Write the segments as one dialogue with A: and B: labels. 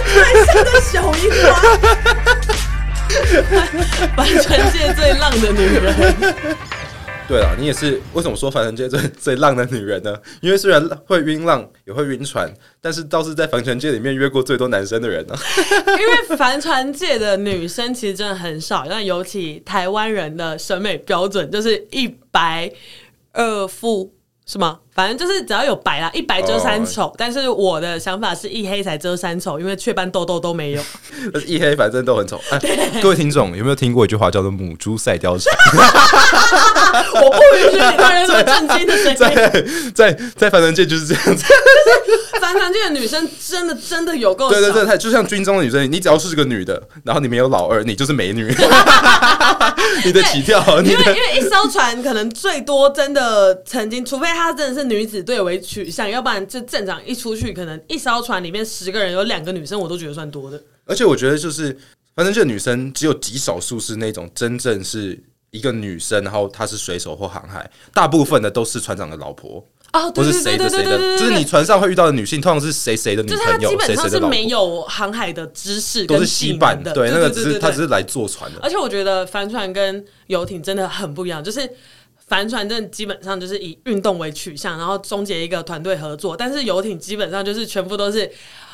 A: 的小樱花，凡尘界最浪的女人。
B: 对了，你也是为什么说凡尘界最 最浪的女人呢？因为虽然会晕浪，也会晕船，但是倒是在凡尘界里面约过最多男生的人呢、
A: 因为帆船界的女生其实真的很少，那尤其台湾人的审美标准就是一白二富。是吗？反正就是只要有白啦，一白遮三丑。但是我的想法是一黑才遮三丑，因为雀斑痘痘都没有。
B: 但是一黑反正都很丑。哎，各位听众有没有听过一句话叫做“母猪赛貂蝉
A: 我不允许你发出这么震惊的声”？音。
B: 在在在凡人界就是这样子。
A: 帆船界的女生真的真的有够少。
B: 对对对，她就像军中的女生，你只要是个女的，然后你没有老二，你就是美女。 你的起跳，你
A: 因为因
B: 的
A: 为一艘船可能最多真的曾经，除非她真的是女子队为取向，要不然就正常一出去，可能一艘船里面十个人有两个女生，我都觉得算多的。
B: 而且我觉得就是，反正这女生只有极少数是那种真正是一个女生，然后她是水手或航海，大部分的都是船长的老婆，
A: 哦，
B: 或
A: 对
B: 是
A: 对
B: 谁
A: 对
B: 的
A: 对
B: 谁
A: 对
B: 的
A: 对，对，
B: 就是你船上会遇到的女性，通常是谁谁的女
A: 就是她
B: 朋
A: 基
B: 友，谁
A: 本
B: 谁
A: 上
B: 的
A: 是
B: 老婆，
A: 没有航海的知识
B: 都
A: 跟
B: 是
A: 技
B: 西
A: 能
B: 半，
A: 的，
B: 对，那个只是她
A: 她
B: 只是来坐船的。
A: 而且我觉得帆船跟游艇真的很不一样，就是帆船真的基本上就是以运动为取向，然后终结一个团队合作，但是游艇基本上就是全部都是。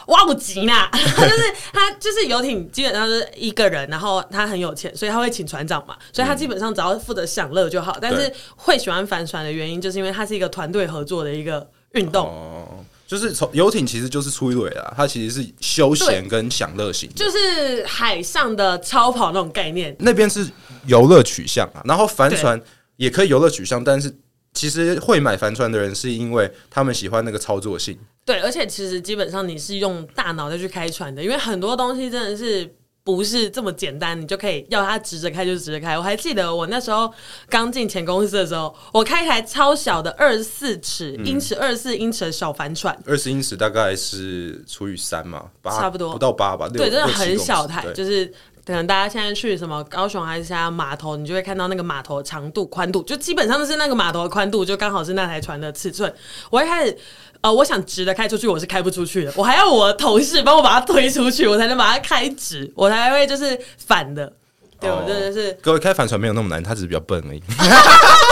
A: 哇，我急啦！ 就是他，就是游艇基本上是一个人，然后他很有钱，所以他会请船长嘛，所以他基本上只要负责享乐就好。但是会喜欢帆船的原因，就是因为它是一个团队合作的一个运动，
B: 哦，就是从游艇其实就是出轨啦，它其实是休闲跟享乐型的，
A: 就是海上的超跑那种概念。
B: 那边是游乐取向啊，然后帆船也可以游乐取向，但是其实会买帆船的人是因为他们喜欢那个操作性，
A: 对，而且其实基本上你是用大脑再去开船的，因为很多东西真的是不是这么简单，你就可以要它直着开就直着开。我还记得我那时候刚进前公司的时候，我开一台超小的二十四尺英尺、二十四英尺的小帆船，
B: 二十英尺大概是除以三嘛，八
A: 差不多
B: 不到八吧，
A: 对，
B: 六
A: 真的
B: 六七
A: 很小
B: 公尺
A: 台，
B: 对
A: 就是可能大家现在去什么高雄还是其他码头，你就会看到那个码头的长度、宽度，就基本上就是那个码头的宽度，就刚好是那台船的尺寸。我一开始。呃，我想直的开出去，我是开不出去的，我还要我的同事帮我把它推出去，我才能把它开直，我才会就是反的。对，
B: 哦
A: 我真的是
B: 各位开帆船没有那么难，他只是比较笨而已。
A: 哦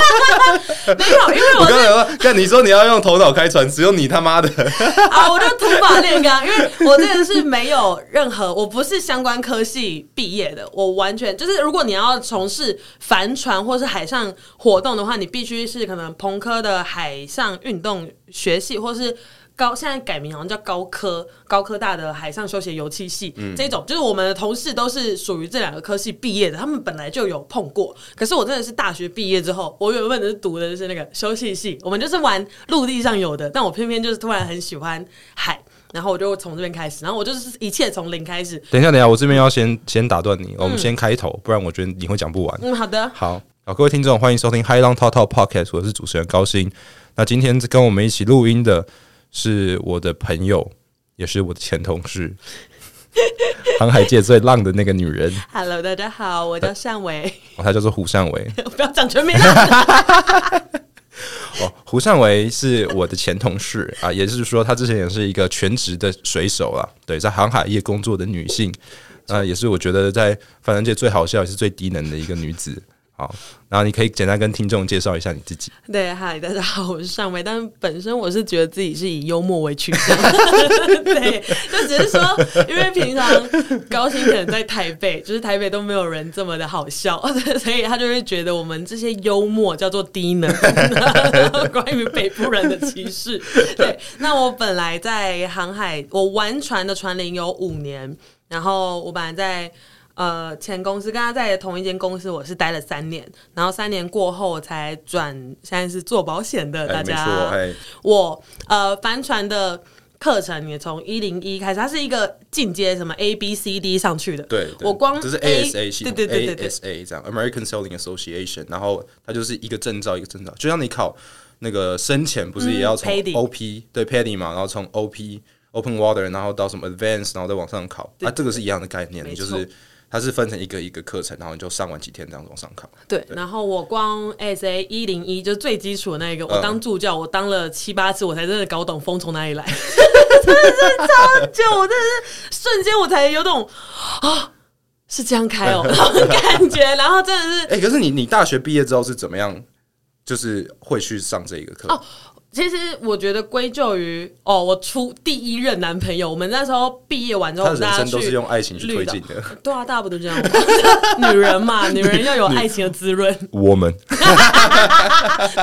A: 没有，因为
B: 我
A: 我
B: 刚才说，看你说你要用头脑开船，只有你他妈的，
A: 啊，我就土法炼钢，因为我这个是没有任何，我不是相关科系毕业的，我完全就是，如果你要从事帆船或是海上活动的话，你必须是可能朋科的海上运动学系，或是。高现在改名好像叫高科，高科大的海上休闲油漆系、这种，就是我们的同事都是属于这两个科系毕业的，他们本来就有碰过。可是我真的是大学毕业之后，我原本是读的是那个休息系，我们就是玩陆地上游的，但我偏偏就是突然很喜欢海，然后我就从这边开始，然后我就是一切从零开始。
B: 等一下，等一下，我这边要先先打断你，我们先开头，不然我觉得你会讲不完。
A: 嗯，好的，
B: 好，好，各位听众，欢迎收听《High Long Talk Talk Podcast》，我是主持人高鑫。那今天跟我们一起录音的是我的朋友，也是我的前 同事，航海界最浪的那个女人，
A: ，Hello，大家好，我叫善伟，
B: 哦、她叫做胡善维。
A: 不要讲全名了，
B: 哦，胡善维是我的前同事啊，也就是说，她之前也是一个全职的水手啦，对，在航海业工作的女性，啊，也是我觉得在反正界最好笑也是最低能的一个女子。好，那你可以简单跟听众介绍一下你自己。
A: 对，嗨，大家好，我是尚薇，但本身我是觉得自己是以幽默为取向， 对，就只是说，因为平常高薪可能在台北，就是台北都没有人这么的好笑， 所以他就会觉得我们这些幽默叫做低能， 关于北部人的歧视。对，那我本来在航海，我玩船的船龄有五年，然后我本来在。呃，前公司跟他在同一间公司，我是待了三年，然后三年过后我才转，现在是做保险的。大
B: 没
A: 家，
B: 错，哎，
A: 我呃帆船的课程也从一零一开始，它是一个进阶什么 A B C D 上去的。
B: 对，对
A: 我光
B: 这是
A: A-
B: ASA 系
A: 对对
B: 统，
A: 对对对
B: ASA 这样 American Sailing Association，然后它就是一个证照一个证照，就像你考那个深潜，不是也要从
A: 嗯，PADI
B: OP 对 PADI 嘛，然后从 OP Open Water，然后到什么 Advanced，然后再往上考，啊，这个是一样的概念，
A: 没
B: 你就
A: 错
B: 是它是分成一个一个课程，然后你就上完几天这样子往上考。
A: 对，然后我光 S A 一
B: 嗯
A: 零一就是最基础的那一个，我当助教，我当了七八次，我才真的搞懂风从哪里来。真的是超久，我真的是瞬间我才有种啊，是这样开 哦、那种感觉。然后真的是
B: 哎、可是你你大学毕业之后是怎么样？就是会去上这一个课
A: 哦，其实我觉得归咎于哦，我初第一任男朋友，我们那时候毕业完之后，
B: 他
A: 我
B: 的
A: 们大
B: 人
A: 家
B: 生
A: 去
B: 都是用爱情去推进
A: 绿
B: 的。
A: 岛。对啊，大家不都这样吗？ 女人嘛，女人要有爱情的滋 润，
B: 我们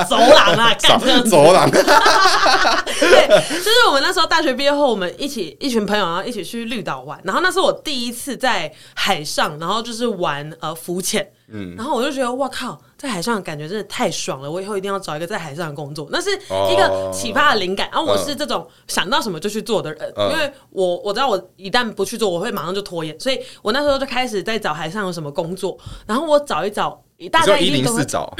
A: 走廊啊，干 这样子。
B: 走廊，
A: 对，就是我们那时候大学毕业后，我们一起一群朋友，然后一起去绿岛玩。然后那是我第一次在海上，然后就是玩呃浮潜。嗯，然后我就觉得哇靠，在海上的感觉真的太爽了！我以后一定要找一个在海上的工作，那是一个
B: 哦
A: 启发的灵感。啊然后我
B: 嗯
A: 是这种想到什么就去做的人，
B: 嗯
A: 因为我我知道我一旦不去做，我会马上就拖延，所以我那时候就开始在找海上有什么工作。然后我找一找，大
B: 你
A: 家
B: 说
A: 一
B: 一
A: 定
B: 零
A: 都会嗯
B: 四找，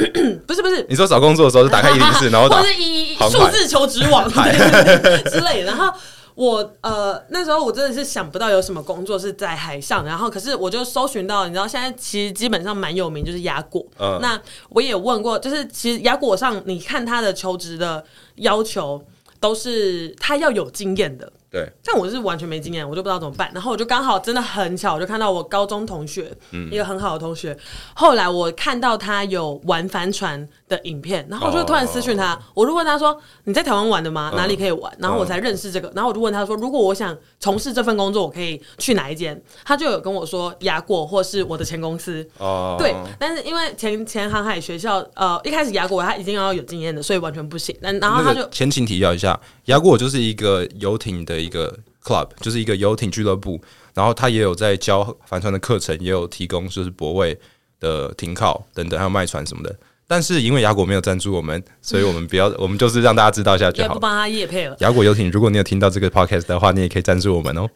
A: 不是不是
B: 你说找工作的时候就打开一 零四，然后打
A: 或是以
B: 航
A: 数
B: 海
A: 字求职网之类的。然后我呃那时候我真的是想不到有什么工作是在海上，然后可是我就搜寻到，你知道现在其实基本上蛮有名就是压果，
B: 嗯
A: 那我也问过，就是其实压果上你看他的求职的要求都是他要有经验的，
B: 对，
A: 但我是完全没经验，我就不知道怎么办。然后我就刚好真的很巧，我就看到我高中同学，
B: 嗯
A: 一个很好的同学。后来我看到他有玩帆船的影片，然后我就突然私讯
B: 哦
A: 他，我就问他说：“你在台湾玩的吗？
B: 嗯
A: 哪里可以玩？”然后我才认识这个。然后我就问他说：“如果我想从事这份工作，我可以去哪一间？”他就有跟我说雅果或是我的前公司。
B: 哦，
A: 对，但是因为前前航海学校，呃，一开始雅果他一定要有经验的，所以完全不行。但然后他
B: 那
A: 就
B: 个前情提要一下，雅果就是一个游艇的一个 club，就是一个游艇俱乐部，然后他也有在教帆船的课程，也有提供就是泊位的停靠等等，还有卖船什么的。但是因为雅果没有赞助我们，所以我们 不要，我们就是让大家知道一下就
A: 也
B: 好
A: 不。帮他业配了。
B: 雅果游艇，如果你有听到这个 podcast 的话，你也可以赞助我们哦。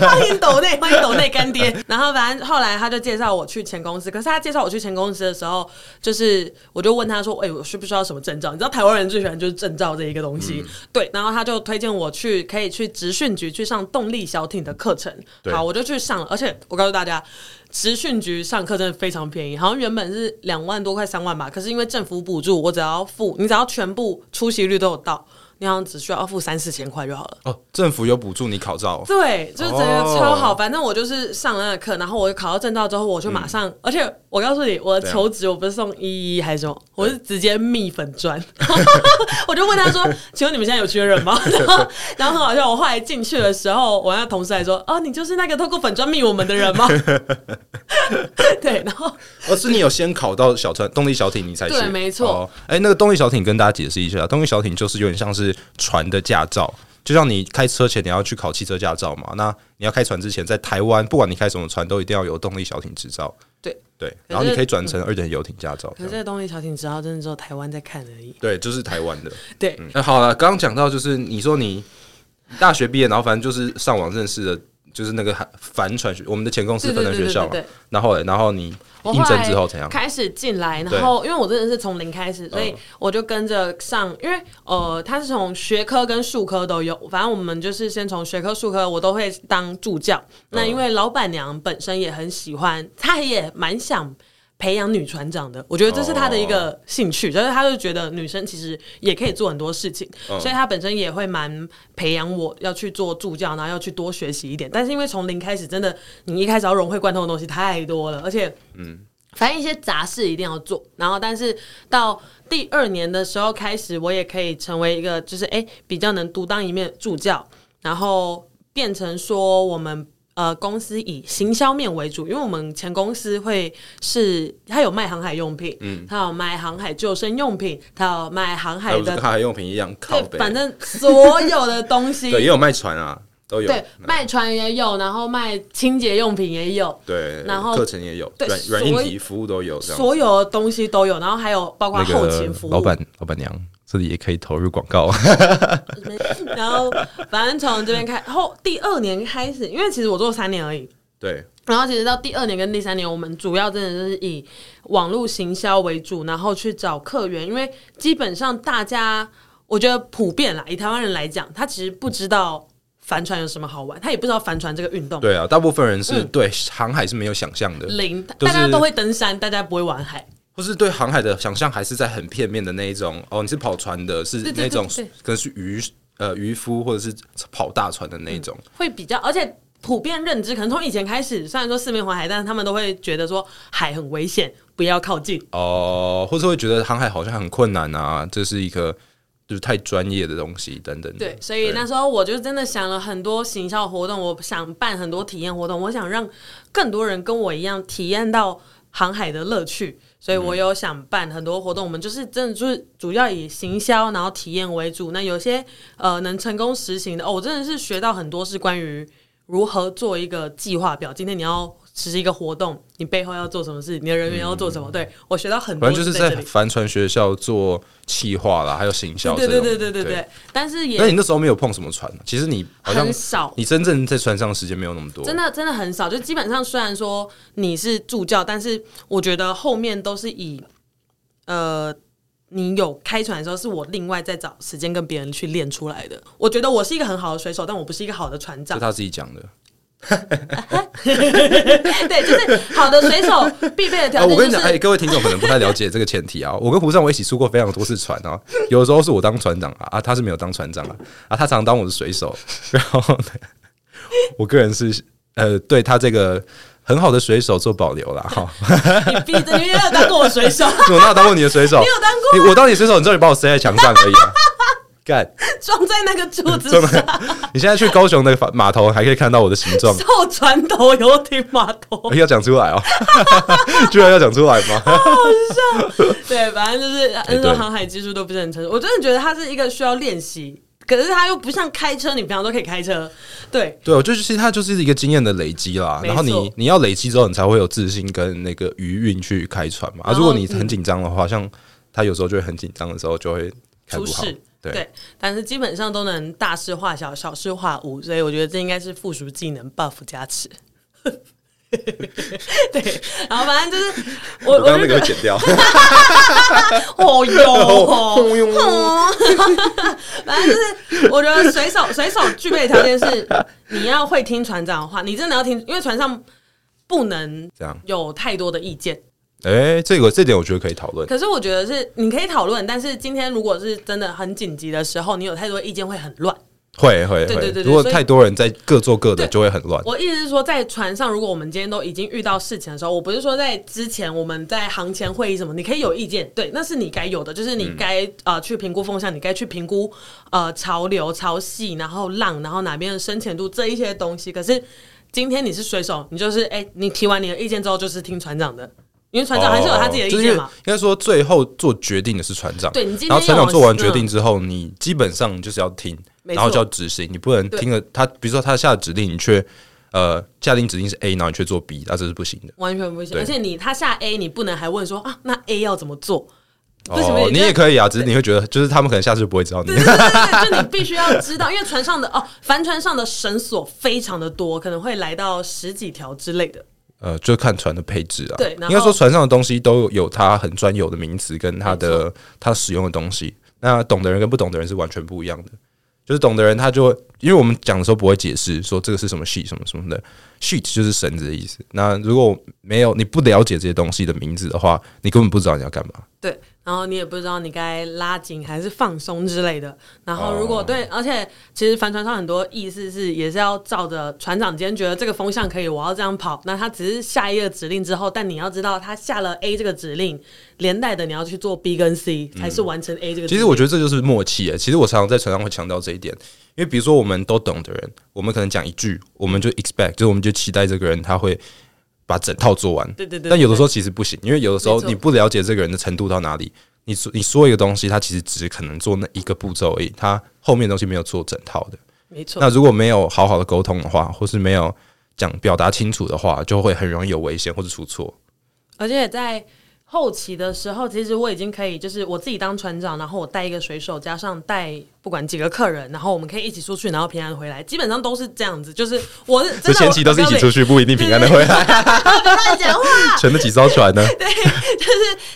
A: 欢迎抖 内，欢迎抖内干爹。然后反正后来他就介绍我去前公司，可是他介绍我去前公司的时候，就是我就问他说：“哎、我需不需要什么证照？”你知道台湾人最喜欢就是证照这一个东西，对。然后他就推荐我去可以去职训局去上动力小艇的课程，
B: 对
A: 好，我就去上了。而且我告诉大家。职训局上课真的非常便宜，好像原本是两万多块三万吧，可是因为政府补助，我只要付，你只要全部出席率都有到，你好像只需要付三四千块就好了。
B: 哦，政府有补助你考照哦，
A: 对，就是整个
B: 哦
A: 超好。反正我就是上了那个课，然后我考到证照之后，我就马上，而且我告诉你，我的
B: 对啊
A: 求职我不是送一一还是什么，我是直接蜜粉砖， 我就问他说：“请问你们现在有缺人吗？” 然后，然后很好笑，我后来进去的时候，我那同事还说：“哦，你就是那个透过粉砖蜜我们的人吗？” 对，然后
B: 而是你有先考到小船动力小艇，你才去
A: 对没错
B: 哦哎、那个动力小艇跟大家解释一下，动力小艇就是有点像是船的驾照，就像你开车前你要去考汽车驾照嘛。那你要开船之前，在台湾不管你开什么船，都一定要有动力小艇执照。
A: 对，
B: 对，然后你可以转成二等游艇驾照。
A: 可是这个东西小挺知道，真的只有台湾在看而已。
B: 对，就是台湾的。嗯
A: 对，
B: 那、好了，刚刚讲到就是你说你大学毕业，然后反正就是上网认识的，就是那个帆船学，我们的前公司
A: 对对
B: 帆船
A: 对
B: 学
A: 对
B: 校
A: 对对。
B: 嘛然后嘞，然后你
A: 我
B: 应
A: 后
B: 征
A: 来
B: 之后怎样？
A: 开始进来，
B: 对嗯
A: 然后因为我真的是从零开始，所以我就跟着上，因为呃，他是从学科跟术科都有，反正我们就是先从学科、术科，我都会当助教。
B: 嗯
A: 那因为老板娘本身也很喜欢，她也蛮想。培养女船长的，我觉得这是她的一个兴趣，就是她就觉得女生其实也可以做很多事情，
B: 嗯
A: 所以她本身也会蛮培养我要去做助教，然后要去多学习一点。但是因为从零开始，真的你一开始要融会贯通的东西太多了，而且反正一些杂事一定要做，然后但是到第二年的时候开始，我也可以成为一个就是哎、诶比较能独当一面的助教，然后变成说我们呃公司以行销面为主，因为我们前公司会是它有卖航海用品，嗯，它有卖航海救生用品，它有卖航
B: 还
A: 海
B: 有跟
A: 的，
B: 航海用品一样靠
A: 对，
B: 背，
A: 反正所有的东西
B: 对，也有卖船啊，都有
A: 对卖船也有，然后卖清洁用品也有，
B: 对，
A: 然后
B: 课程也有，
A: 对
B: 软
A: 所以
B: 软硬体服务都有这样。
A: 所有的东西都有，然后还有包括后勤服务，
B: 老板老板娘这里也可以投入广 告，
A: 然后反正从这边开后第二年开始，因为其实我做三年而已。
B: 对，
A: 然后其实到第二年跟第三年，我们主要真的就是以网络行销为主，然后去找客源，因为基本上大家我觉得普遍啦，以台湾人来讲，他其实不知道帆船有什么好玩，他也不知道帆船这个运动
B: 对啊，大部分人是对航海是没有想象的，
A: 零，
B: 都
A: 大
B: 是
A: 家都会登山，大家不会玩海。
B: 或是对航海的想象还是在很片面的那一种。哦，你是跑船的，是
A: 对对
B: 那种
A: 对对
B: 可能是渔呃渔夫或者是跑大船的那一种。
A: 会比较，而且普遍认知可能从以前开始，虽然说四面环海，但是他们都会觉得说海很危险，不要靠近。
B: 哦，或者会觉得航海好像很困难啊，这是一个就是太专业的东西等等的。
A: 对，所以那时候我就真的想了很多行销活动，我想办很多体验活动，我想让更多人跟我一样体验到航海的乐趣，所以我有想办很多活动。我们就是真的就是主要以行销然后体验为主。那有些呃能成功实行的，哦，我真的是学到很多是关于如何做一个计划表。今天你要。实施一个活动，你背后要做什么事，你的人员要做什么？对我学到很多
B: 反
A: 这
B: 正
A: 里，
B: 就是在帆船学校做企划啦，还有行销这
A: 对
B: 种。
A: 对对对对对。但是也
B: 那你那时候没有碰什么船啊？其实你好像
A: 很少，
B: 你真正在船上的时间没有那么多。
A: 真的真的很少，就基本上虽然说你是助教，但是我觉得后面都是以呃。你有开船的时候，是我另外再找时间跟别人去练出来的。我觉得我是一个很好的水手，但我不是一个好的船长
B: 是。他自己讲的。
A: 对，就是好的水手必备的
B: 啊，
A: 条件、就是
B: 我跟你讲，哎、各位听众可能不太了解这个前提啊。我跟胡尚我一起出过非常多次船啊，有的时候是我当船长啊，啊，他是没有当船长啊，啊，他常当我的水手。然后呢，我个人是呃，对他这个很好的水手做保留啦。哈。
A: 你必你也有当过我水手，
B: 我哪有当过你的水手？
A: 你有当过啊
B: 过、我当你水手，你知道你把我塞在墙上而已、啊。干，
A: 装在那个柱子
B: 真
A: 上，
B: 的！你现在去高雄的码头还可以看到我的形 状，
A: 受船头游艇码头。
B: 要讲出来哦， 居然要讲出来吗？
A: 对，反正就是那时
B: 哎对
A: 候航海技术都不是很成熟，我真的觉得它是一个需要练习，可是它又不像开车，你平常都可以开车，对，
B: 对，我就是其实它就是一个经验的累积啦。
A: 没错
B: 然后你你要累积之后，你才会有自信跟那个余韵去开船嘛。啊，
A: 然后
B: 如果你很紧张的话，像他有时候就会很紧张的时候，就会开
A: 出
B: 不好
A: 事。。
B: 对
A: 对，但是基本上都能大事化小，小事化无，所以我觉得这应该是附属技能 buff 加持。对，然后反正就是我，
B: 我
A: 我
B: 刚刚
A: 就觉得
B: 那个会剪掉。
A: 哦 哟，
B: 轰
A: 哦反正就是我觉得水手水手具备的条件是，你要会听船长的话，你真的要听，因为船上不能
B: 这样，
A: 有太多的意见。
B: 哎、这个这点我觉得可以讨论。
A: 可是我觉得是你可以讨论，但是今天如果是真的很紧急的时候，你有太多意见会很乱。
B: 会会
A: 对
B: 会
A: 对对，对
B: 如果
A: 所以
B: 太多人在各做各的，
A: 对
B: 就会很乱。
A: 我意思是说，在船上，如果我们今天都已经遇到事情的时候，我不是说在之前我们在航前会议什么，你可以有意见，对，那是你该有的，就是你
B: 嗯
A: 该、呃去评估风向，你该去评估呃潮流、潮汐，然后浪，然后哪边的深浅度这一些东西。可是今天你是水手，你就是哎、你提完你的意见之后，就是听船长的，因为船长还是有他自己的
B: 哦就
A: 意
B: 是
A: 见
B: 应
A: 嘛。
B: 该说最后做决定的是船长。
A: 对你今天
B: 然后船长
A: 有
B: 做完
A: 嗯
B: 决定之后，你基本上就是要听，
A: 没
B: 然后
A: 错
B: 就要执行，你不能听了他，比如说他下的指令，你却呃下定指令是 A，然后你却做 B，那这是不行的。
A: 完全不行。
B: 对
A: 而且你他下 A，你不能还问说啊，那 A 要怎么做？不行不
B: 哦
A: 行，，
B: 你也可以啊，只是你会觉得，就是他们可能下次就不会知道你
A: 对。对对对，对就你必须要知道，因为船上的哦，帆船上的绳索非常的多，可能会来到十几条之类的。
B: 呃，就看船的配置啊。
A: 对然后
B: 应该说船上的东西都有它很专有的名词跟它的它使用的东西。那懂的人跟不懂的人是完全不一样的。就是懂的人他就会，因为我们讲的时候不会解释说这个是什么 sheet 什么什么的，sheet 就是绳子的意思。那如果没有你不了解这些东西的名字的话，你根本不知道你要干嘛。
A: 对，然后你也不知道你该拉紧还是放松之类的。然后如果
B: 哦
A: 对，而且其实帆船上很多意思是也是要照着船长今天觉得这个风向可以，我要这样跑。那他只是下一个指令之后，但你要知道他下了 A 这个指令，连带的你要去做 B 跟 C 才是完成 A 这个指令。
B: 其实我觉得这就是默契欸诶。其实我常常在船上会强调这一点，因为比如说我们都懂的人，我们可能讲一句，我们就 expect，就是我们就期待这个人他会把整套做完。
A: 对对对
B: 但有的时候其实不行，因为有的时候
A: 没错
B: 你不了解这个人的程度到哪里，你说你说一个东西，他其实只可能做那一个步骤而已，他后面的东西没有做整套的。
A: 没错。
B: 那如果没有好好的沟通的话，或是没有讲表达清楚的话，就会很容易有危险或者出错。
A: 而且在后期的时候，其实我已经可以，就是我自己当船长，然后我带一个水手，加上带不管几个客人，然后我们可以一起出去，然后平安回来，基本上都是这样子。就是我是
B: 这
A: 真的
B: 前期都是一起出
A: 去，
B: 去，不一定平安的回 来，
A: 我不要乱讲话，
B: 乘了几艘 船呢？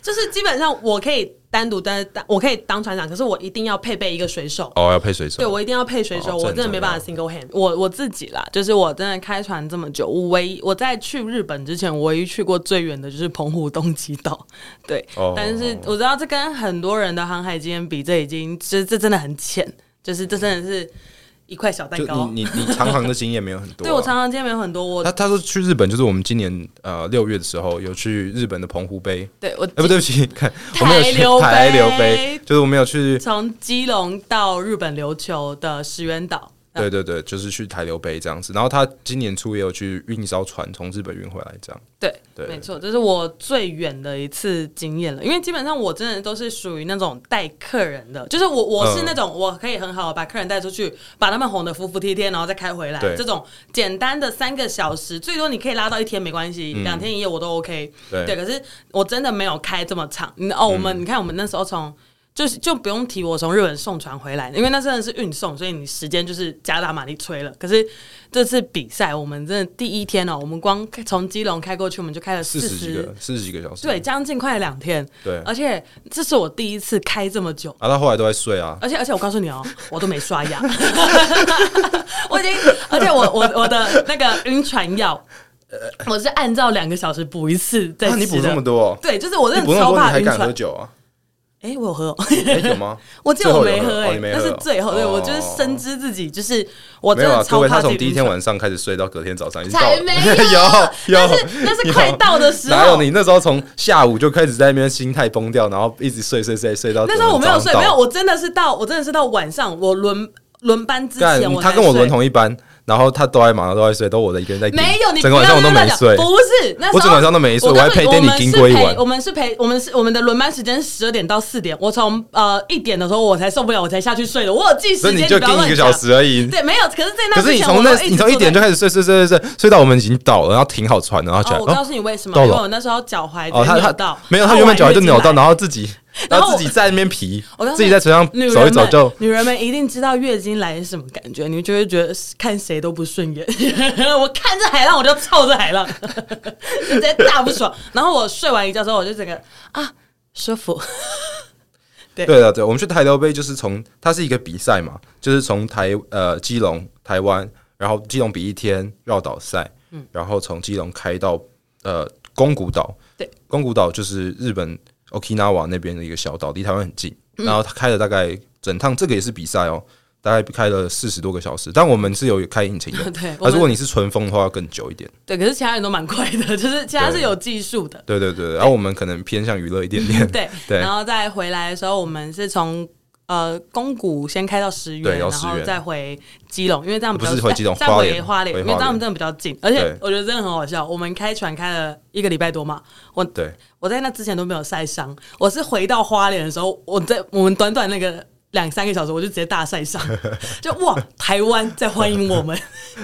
A: 就是基本上我可以单独担当，我可以当船长，可是我一定要配备一个水手。
B: 哦，要配水手。
A: 对，我一定要配水手，
B: 哦这
A: 我
B: 很
A: 真的没办法 single hand。我我自己啦，就是我真的开船这么久，我唯一我在去日本之前，我唯一去过最远的就是澎湖东极岛。 对，
B: 哦
A: 但是我知道这跟很多人的航海经验比，这已经这这真的很浅。就是这真的是一块小蛋
B: 就
A: 糕。
B: 你你你常常的经验没有很 多啊、
A: 对我常常见面有很多，我
B: 他他说去日本就是我们今年呃六月的时候有去日本的澎湖杯，
A: 对我
B: 哎、不对不起，看
A: 台
B: 我们有去
A: 流杯
B: 台流杯，就是我们有去，
A: 从基隆到日本琉球的石垣岛，
B: 对对对，就是去台流杯这样子。然后他今年初也有去运一艘船从日本运回来这样。
A: 对，
B: 对
A: 没错，这是我最远的一次经验了。因为基本上我真的都是属于那种带客人的，就是我
B: 嗯
A: 我是那种、我可以很好地把客人带出去，把他们哄得服服帖帖，然后再开回来。
B: 对
A: 这种简单的三个小时，最多你可以拉到一天没关系，
B: 嗯
A: 两、天一夜我都 OK。
B: 对嗯
A: 可是我真的没有开这么长。你哦，我们、你看我们那时候从。就是就不用提我从日本送船回来，因为那真的是运送，所以你时间就是加大马力吹了。可是这次比赛，我们真的第一天哦、我们光从基隆开过去，我们就开了
B: 四
A: 四
B: 十几
A: 十
B: 个，，四十几个小时。
A: 对，将近快两天。
B: 对
A: 而且这是我第一次开这么久。
B: 啊，他后来都在睡 啊。
A: 而且而且我告诉你 哦，我都没刷牙，我已经，而且我我我的那个晕船药，我是按照两个小时补一次再
B: 啊，你
A: 吃
B: 补
A: 的。
B: 这么多、哦，
A: 对，就是我
B: 你
A: 真
B: 补
A: 的
B: 那么
A: 超
B: 多，你
A: 怕
B: 还
A: 晕
B: 敢
A: 船
B: 喝。酒啊？
A: 哎、我有喝、哦，
B: 哎、有吗？
A: 我记得我
B: 最后
A: 没
B: 有喝
A: 喝、
B: 哦
A: 哎、
B: 你没
A: 那是
B: 喝
A: 最后，对
B: 哦
A: 我就是深知自己，就是我
B: 没
A: 真的
B: 有啊，各
A: 超
B: 位，
A: 怕
B: 他
A: 自己
B: 从第一
A: 晕
B: 天
A: 船
B: 晚上开始睡到隔天早上，已经到
A: 才
B: 了
A: 没
B: 有有
A: 那是那是
B: 有
A: 快到的时候
B: 哪有你那时候从下午就开始在那边心态崩掉，然后一直睡睡睡睡 到
A: 那时候我没有睡，
B: 早上
A: 没
B: 到
A: 有，我真的是到我真的是到晚上，我轮轮班之
B: 干
A: 前，我
B: 他
A: 才
B: 跟我
A: 睡
B: 轮同一班，然后他都在忙，都在睡，都我的一个人在顶
A: 没有，你
B: 整个晚上我都没睡，
A: 不是，那时候
B: 我整个晚上都没睡
A: 我告诉
B: 我还陪
A: 你
B: Danny 经过一晚
A: 我们是陪，我们是陪我们是我们的轮班时间十二点到四点，我从呃一点的时候我才受不了，我才下去睡的。我有计
B: 所
A: 时
B: 以
A: 间，
B: 你就
A: 不要
B: 盯
A: 乱
B: 一个
A: 讲
B: 小。时而已。
A: 对，没有。可是，在那
B: 可是
A: 之
B: 你
A: 前
B: 从
A: 我
B: 那
A: 都，
B: 你从一
A: 坐
B: 点
A: 在
B: 就开始睡睡睡睡睡，睡到我们已经到了，然后停好船，然后起来
A: 哦，我告
B: 哦
A: 诉你为什么？
B: 到
A: 因为
B: 了
A: 我那时候脚踝
B: 哦，他
A: 扭
B: 他
A: 到，
B: 没有，他原本脚踝就扭
A: 后来月
B: 到，
A: 经来
B: 然后自己，
A: 然
B: 然
A: 后
B: 后自己在那边皮
A: 我告，诉
B: 自己
A: 你
B: 在船
A: 女人
B: 上走一
A: 们
B: 走就
A: 女人们一定知道月经来是什么感觉，你们就会觉得看谁都不顺眼。 我看这海浪，我就操这海浪， 直接大不爽。然后我睡完一觉之后，我就整个啊舒服。
B: 对的，对，我们去台流杯就是从它是一个比赛嘛，就是从台呃基隆台湾，然后基隆比一天绕岛赛，
A: 嗯
B: 然后从基隆开到呃宫古岛，
A: 对，
B: 宫古岛就是日本 Okinawa 那边的一个小岛，离台湾很近，
A: 嗯
B: 然后它开了大概整趟这个也是比赛哦。大概开了四十多个小时，但我们是有开引擎 的。
A: 对我
B: 而
A: 们
B: 如果你是纯风的话，要更久一点。
A: 对，可是其他人都蛮快的，就是其他是有技术的。
B: 对对对，对然后我们可能偏向娱乐一点 点。
A: 对，
B: 对
A: 然后再回来的时候，我们是从。呃，宫古先开到石
B: 对
A: 原，
B: 到
A: 然
B: 石
A: 后
B: 原
A: 再回基隆，因为这样比较
B: 不是回基隆
A: 再
B: 花
A: 回
B: 莲
A: 花莲，
B: 回
A: 因为
B: 花
A: 这样
B: 莲
A: 真的比较近，而且
B: 对
A: 我觉得真的很好笑。我们开船开了一个礼拜多嘛，我
B: 对，
A: 我在那之前都没有晒伤，我是回到花莲的时候，我在我们短短那个两三个小时，我就直接大晒 伤，就哇，台湾在欢迎我们，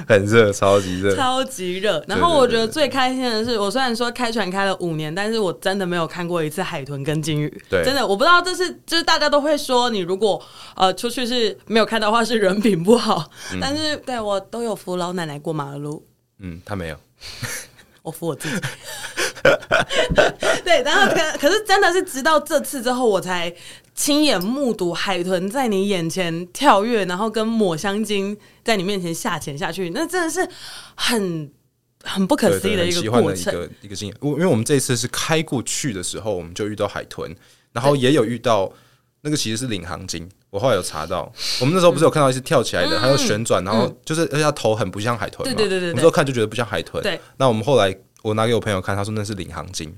B: 很热，超级热。
A: 超级热。然
B: 对
A: 后
B: 对
A: 我觉得最开心的是，我虽然说开船开了五年，但是我真的没有看过一次海豚跟鲸鱼。
B: 对
A: 真的我不知道这是就是大家都会说，你如果呃出去是没有看到的话是人品不好，但是对我都有扶老奶奶过马路。
B: 嗯，他没有。
A: 我服我，Oh, 自己。 对，然后可可是真的是直到这次之后，我才亲眼目睹海豚在你眼前跳跃，然后跟抹香鲸在你面前下潜下去，那真的是很很不可
B: 对
A: 思议
B: 对，
A: 的
B: 很
A: 一
B: 奇
A: 个
B: 幻
A: 过
B: 的一
A: 程。
B: 个一个经验。我因为我们这一次是开过去的时候，我们就遇到海豚，然后也有遇到那个其实是领航鲸。我后来有查到，我们那时候不是有看到一只跳起来的，还有旋转，然后就是而且它头很不像海豚嘛。
A: 嗯对对对对对
B: 我们之后看就觉得不像海豚。
A: 对。
B: 那我们后来我拿给我朋友看，他说那是领航鲸，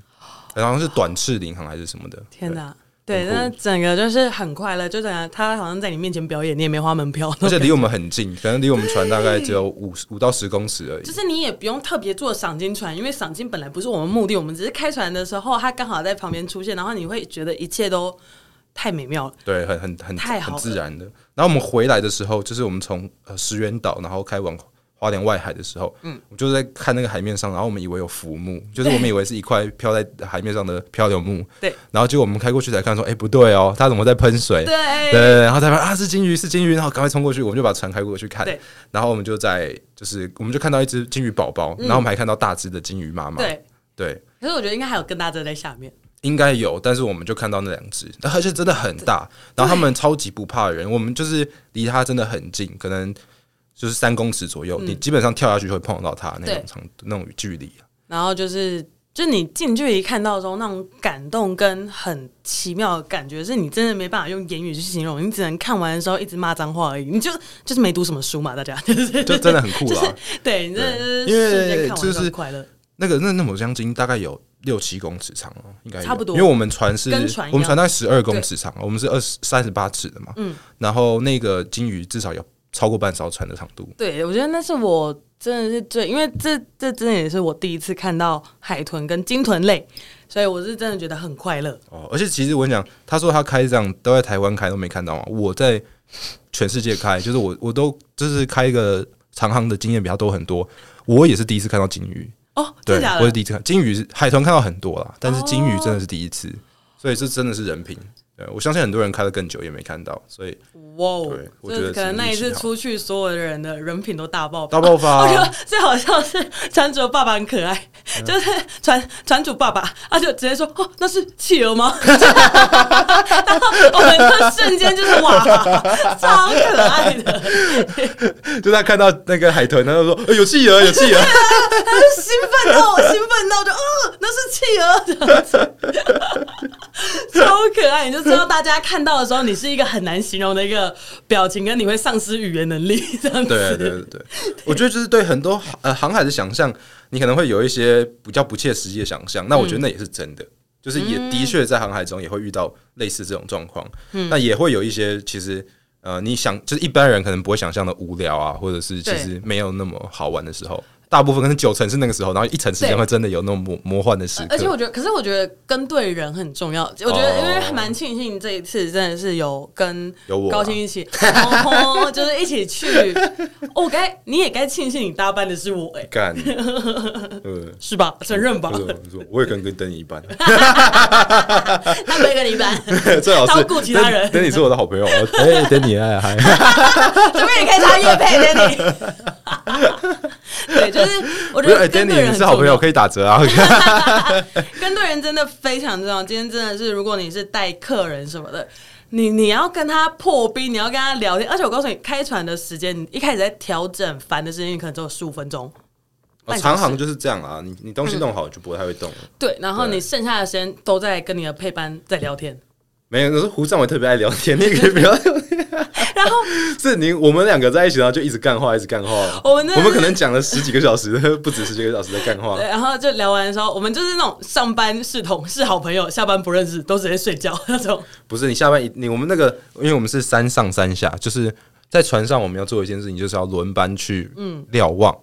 B: 然后是短翅领航还是什么的。
A: 天哪！
B: 对
A: 对，
B: 很酷
A: 那整个就是很快乐，就整个他好像在你面前表演，你也没花门票，
B: 对！而且离我们很近，可能离我们船大概只有五五到十公尺而已
A: 就。是你也不用特别做赏金船，因为赏金本来不是我们目的，我们只是开船的时候，它刚好在旁边出现，然后你会觉得一切都太美妙了。
B: 对，很很很
A: 太好
B: 很
A: 了
B: 自然的。然后我们回来的时候，就是我们从呃石原岛，然后开往花莲外海的时候，嗯，我就在看那个海面上，然后我们以为有浮木， 就是我们以为是一块漂在海面上的漂流木，
A: 对。
B: 然后结果我们开过去才看说，哎、不对哦，它怎么在喷水？
A: 对
B: 对对，对然后才发现啊是金鱼，是金鱼，然后赶快冲过去，我们就把船开过去看
A: 对，
B: 然后我们就在就是我们就看到一只金鱼宝宝，然后我们还看到大只的金鱼妈妈，
A: 嗯对，
B: 对，
A: 可是我觉得应该还有更大只在下面。
B: 应该有，但是我们就看到那两只，而且真的很大。然后他们超级不怕人，我们就是离它真的很近，可能就是三公尺左右，你基本上跳下去会碰到它那
A: 嗯
B: 种
A: 对
B: 长那种距离。
A: 然后就是就你近距离看到中那种感动跟很奇妙的感觉，是你真的没办法用言语去形容，你只能看完的时候一直骂脏话而已。你就就是没读什么书嘛，大家就是
B: 就真的很酷
A: 就
B: 啦。
A: 是对，你真的就是
B: 对
A: 瞬间
B: 因为
A: 看完
B: 就
A: 很
B: 是
A: 快乐。
B: 那个那那抹香鲸大概有六七公尺长哦，应该有
A: 差不多
B: 因为我们船是，
A: 跟船一样
B: 我们船大概十二公尺长，我们是二十三十八尺的嘛。嗯，然后那个鲸鱼至少有超过半艘船的长度。
A: 对，我觉得那是我真的是最，因为这这真的也是我第一次看到海豚跟鲸豚类，所以我是真的觉得很快乐。
B: 哦，而且其实我跟你讲，他说他开这样都在台湾开都没看到嘛，我在全世界开，就是我我都就是开一个长航的经验比他多很多，我也是第一次看到鲸鱼，
A: 哦，真
B: 对
A: 的哦假，
B: 我是
A: 的？
B: 第一次看鲸鱼，海豚看到很多啦，但是鲸鱼真的是第一次，所以这真的是人品。对，我相信很多人开了更久也没看到，所以
A: 哇哦
B: 对，我
A: 就是
B: 觉得
A: 可
B: 是
A: 能那
B: 运
A: 一
B: 气
A: 次
B: 好
A: 出去，所有的人的人品都大爆
B: 大
A: 发。
B: 爆发、
A: 我觉
B: 啊
A: 得。最好笑是船主的爸爸很可爱，
B: 嗯
A: 就是船船主爸爸，他就直接说：“哦，那是企鹅吗？” 然后我们就瞬间就是哇，超可爱的，
B: 就他看到那个海豚，他就说、呃有企鹅，有企鹅。
A: 他就兴奋到我兴奋到就啊，那是企鹅这样子，超可爱。你就知道大家看到的时候，你是一个很难形容的一个表情，跟你会丧失语言能力这样子。
B: 对对对对，我觉得就是对很多呃航海的想象，你可能会有一些比较不切实际的想象。那我觉
A: 嗯
B: 得那也是真的，就是也的确在航海中也会遇到类似这种状况。
A: 嗯
B: 那也会有一些其实呃，你想就是一般人可能不会想象的无聊啊，或者是其
A: 对
B: 实没有那么好玩的时候。大部分可能九成是那个时候，然后一成时间
A: 对
B: 会真的有那种魔魔幻的时刻。
A: 而且我觉得，可是我觉得跟对人很重要。我觉得，因为蛮庆幸这一次真的是有跟
B: 有我啊
A: 高兴一 起，哦就是一起去。哦我该你也该庆幸你搭班的是我哎、
B: 干，嗯，
A: 是吧？承认吧
B: 不，是不是我也跟跟灯 一般。
A: 他没跟你班，
B: 最好
A: 照
B: 是
A: 顾其他人
B: 等你是我的好朋友，我哎，等你哎，嗨，
A: 这边也可以插乐配 Danny。对， 就是我
B: 不
A: 觉
B: 是
A: 得
B: 哎
A: 跟对
B: ，Danny，
A: 人
B: 你
A: 很
B: 是好
A: 重
B: 朋友，
A: 要，
B: 可以打折啊。
A: 跟对人真的非常重要。今天真的是，如果你是带客人什么的。你你要跟他破冰，你要跟他聊天，而且我告诉你，开船的时间，你一开始在调整烦的时间，你可能只有十五分钟，
B: 哦 长航就是这样啊，你你东西
A: 嗯
B: 弄好就不太会动了。
A: 对，然后
B: 对
A: 你剩下的时间都在跟你的配班在聊 天，
B: 没有，可是胡尚伟特别爱聊天，你也可以不要 聊天。
A: 然后
B: 是你我们两个在一起，然后就一直干话，一直干话。
A: 哦我们真的是
B: 可能讲了十几个小时，不止十几个小时在干话
A: 对，。啊然后就聊完的时候，我们就是那种上班是同是好朋友，下班不认识，都直接睡觉那种。
B: 不是你下班一你我们那个，因为我们是三上三下，就是在船上我们要做一件事情，就是要轮班去
A: 嗯
B: 瞭望。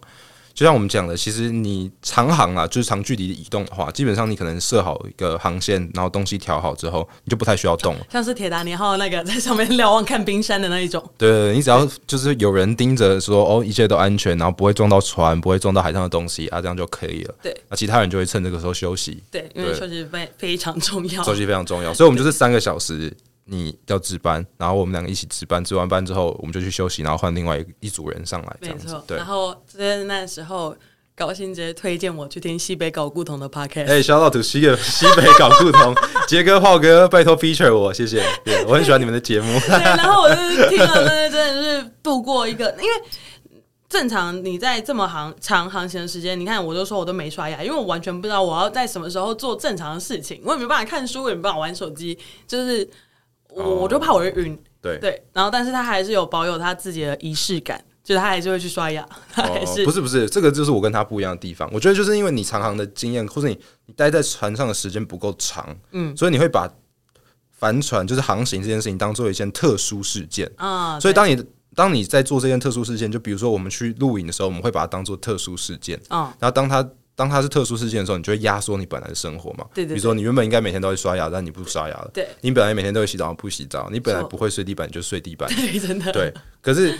B: 就像我们讲的，其实你长航啊，就是长距离移动的话，基本上你可能设好一个航线，然后东西调好之后，你就不太需要动了。
A: 像是铁达尼号那个在上面瞭望看冰山的那一种，
B: 对对，对你只要就是有人盯着说哦，一切都安全，然后不会撞到船，不会撞到海上的东西啊，这样就可以了。
A: 对，
B: 那其他人就会趁这个时候休息，
A: 对，因为
B: 对
A: 休息非非常重要。
B: 休息非常重要，所以我们就是三个小时。你要值班，然后我们两个一起值班，值完班之后我们就去休息，然后换另外一一组人上来，这
A: 没
B: 样子
A: 错。，
B: 对
A: 然。后在那时候，高兴直接推荐我去听西北搞古董的 podcast，、
B: 哎，小老土西个西北搞不同，杰哥、炮哥，拜托 feature 我，谢谢，对我很喜欢你们的节目。
A: 对，然后我就是听了，真的真的是度过一个，因为正常你在这么行长航行的时间，你看我就说我都没刷牙，因为我完全不知道我要在什么时候做正常的事情，我也没办法看书，我也没办法玩手机，就是我、
B: 哦
A: 我就怕我会晕。
B: 对，
A: 对，然后但是他还是有保有他自己的仪式感，就是他还是会去刷牙，他还是、
B: 哦不是不是，这个就是我跟他不一样的地方。我觉得就是因为你长航的经验，或者你你待在船上的时间不够长，嗯，所以你会把帆船就是航行这件事情当做一件特殊事件。
A: 啊，
B: 所以
A: 对
B: 当你当你在做这件特殊事件，就比如说我们去露营的时候，我们会把它当做特殊事件。
A: 嗯
B: 然后当它当它是特殊事件的时候，你就会压缩你本来的生活嘛。
A: 对对对
B: 比如说你原本应该每天都会刷牙，但你不刷牙了。
A: 对。
B: 你本来每天都会洗澡，不洗澡；你本来
A: 错
B: 不会睡地板，你就睡地板。
A: 对，真的
B: 对，可是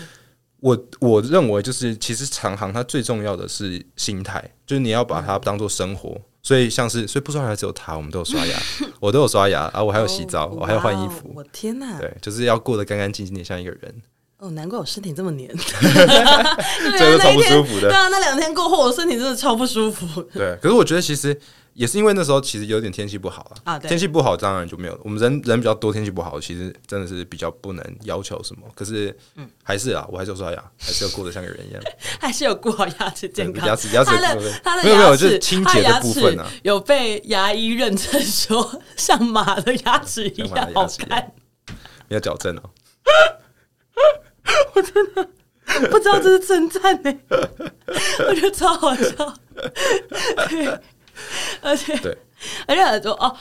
B: 我我认为就是，其实长航它最重要的是心态，就是你要把它当做生活。所以像是，所以不刷牙只有他，我们都 有刷牙，我都有刷牙啊，我还有洗澡，
A: 哦
B: 我还要换
A: 哇
B: 衣
A: 哦
B: 服，
A: 我天哪！
B: 对，就是要过得干干净净的，像一个 人。
A: 哦，难怪我身体这么 黏，
B: 这
A: 这
B: 个超不舒服的
A: 啊对啊，那两天过后，我身体真的超不舒服。
B: 对，可是我觉得其实也是因为那时候其实有点天气不好了
A: 啊对
B: 天气不好当然就没有。我们人人比较多，天气不好，其实真的是比较不能要求什么。可是，
A: 嗯
B: 还是啊，我还是要刷牙，还是要过得像个人一样。
A: 还是有顾好牙齿健康。
B: 对牙齿牙齿
A: 他的
B: 对
A: 他的
B: 没有没有
A: 牙齿
B: 就是清洁的部分
A: 他的
B: 啊
A: 牙齿有被牙医认证说 像马的牙齿一样好
B: 像马的牙
A: 看。
B: 要矫正哦、
A: 不知道这是称赞欸呢， 我觉得超好 笑。对，而且
B: 对，
A: 而且很多哦。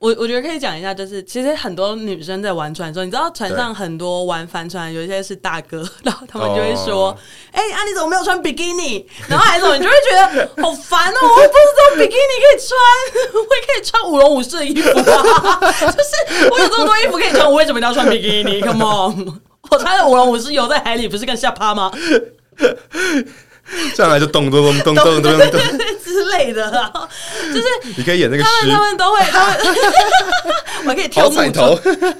A: 我我觉得可以讲一下，就是其实很多女生在玩船的时候，你知道船上很多玩帆船，有一些是大哥，然后他们就会说
B: 哦：“
A: 哎、啊你怎么没有穿比基尼？”然后还有一种你就会觉得好烦哦，我不知道比基尼可以穿，我也可以穿舞龙舞狮的衣服啊， 就是我有这么多衣服可以穿，我为什么一定要穿比基尼？Come on，我穿的舞龙舞狮游在海里不是更下趴吗？
B: 上来就咚咚 咚咚咚咚咚，
A: 之类的啦，就是
B: 你可以演那个
A: 他们他
B: 诗，
A: 们 都会，他们我可以跳
B: 好
A: 木
B: 彩
A: 头，
B: 头，
A: 就他们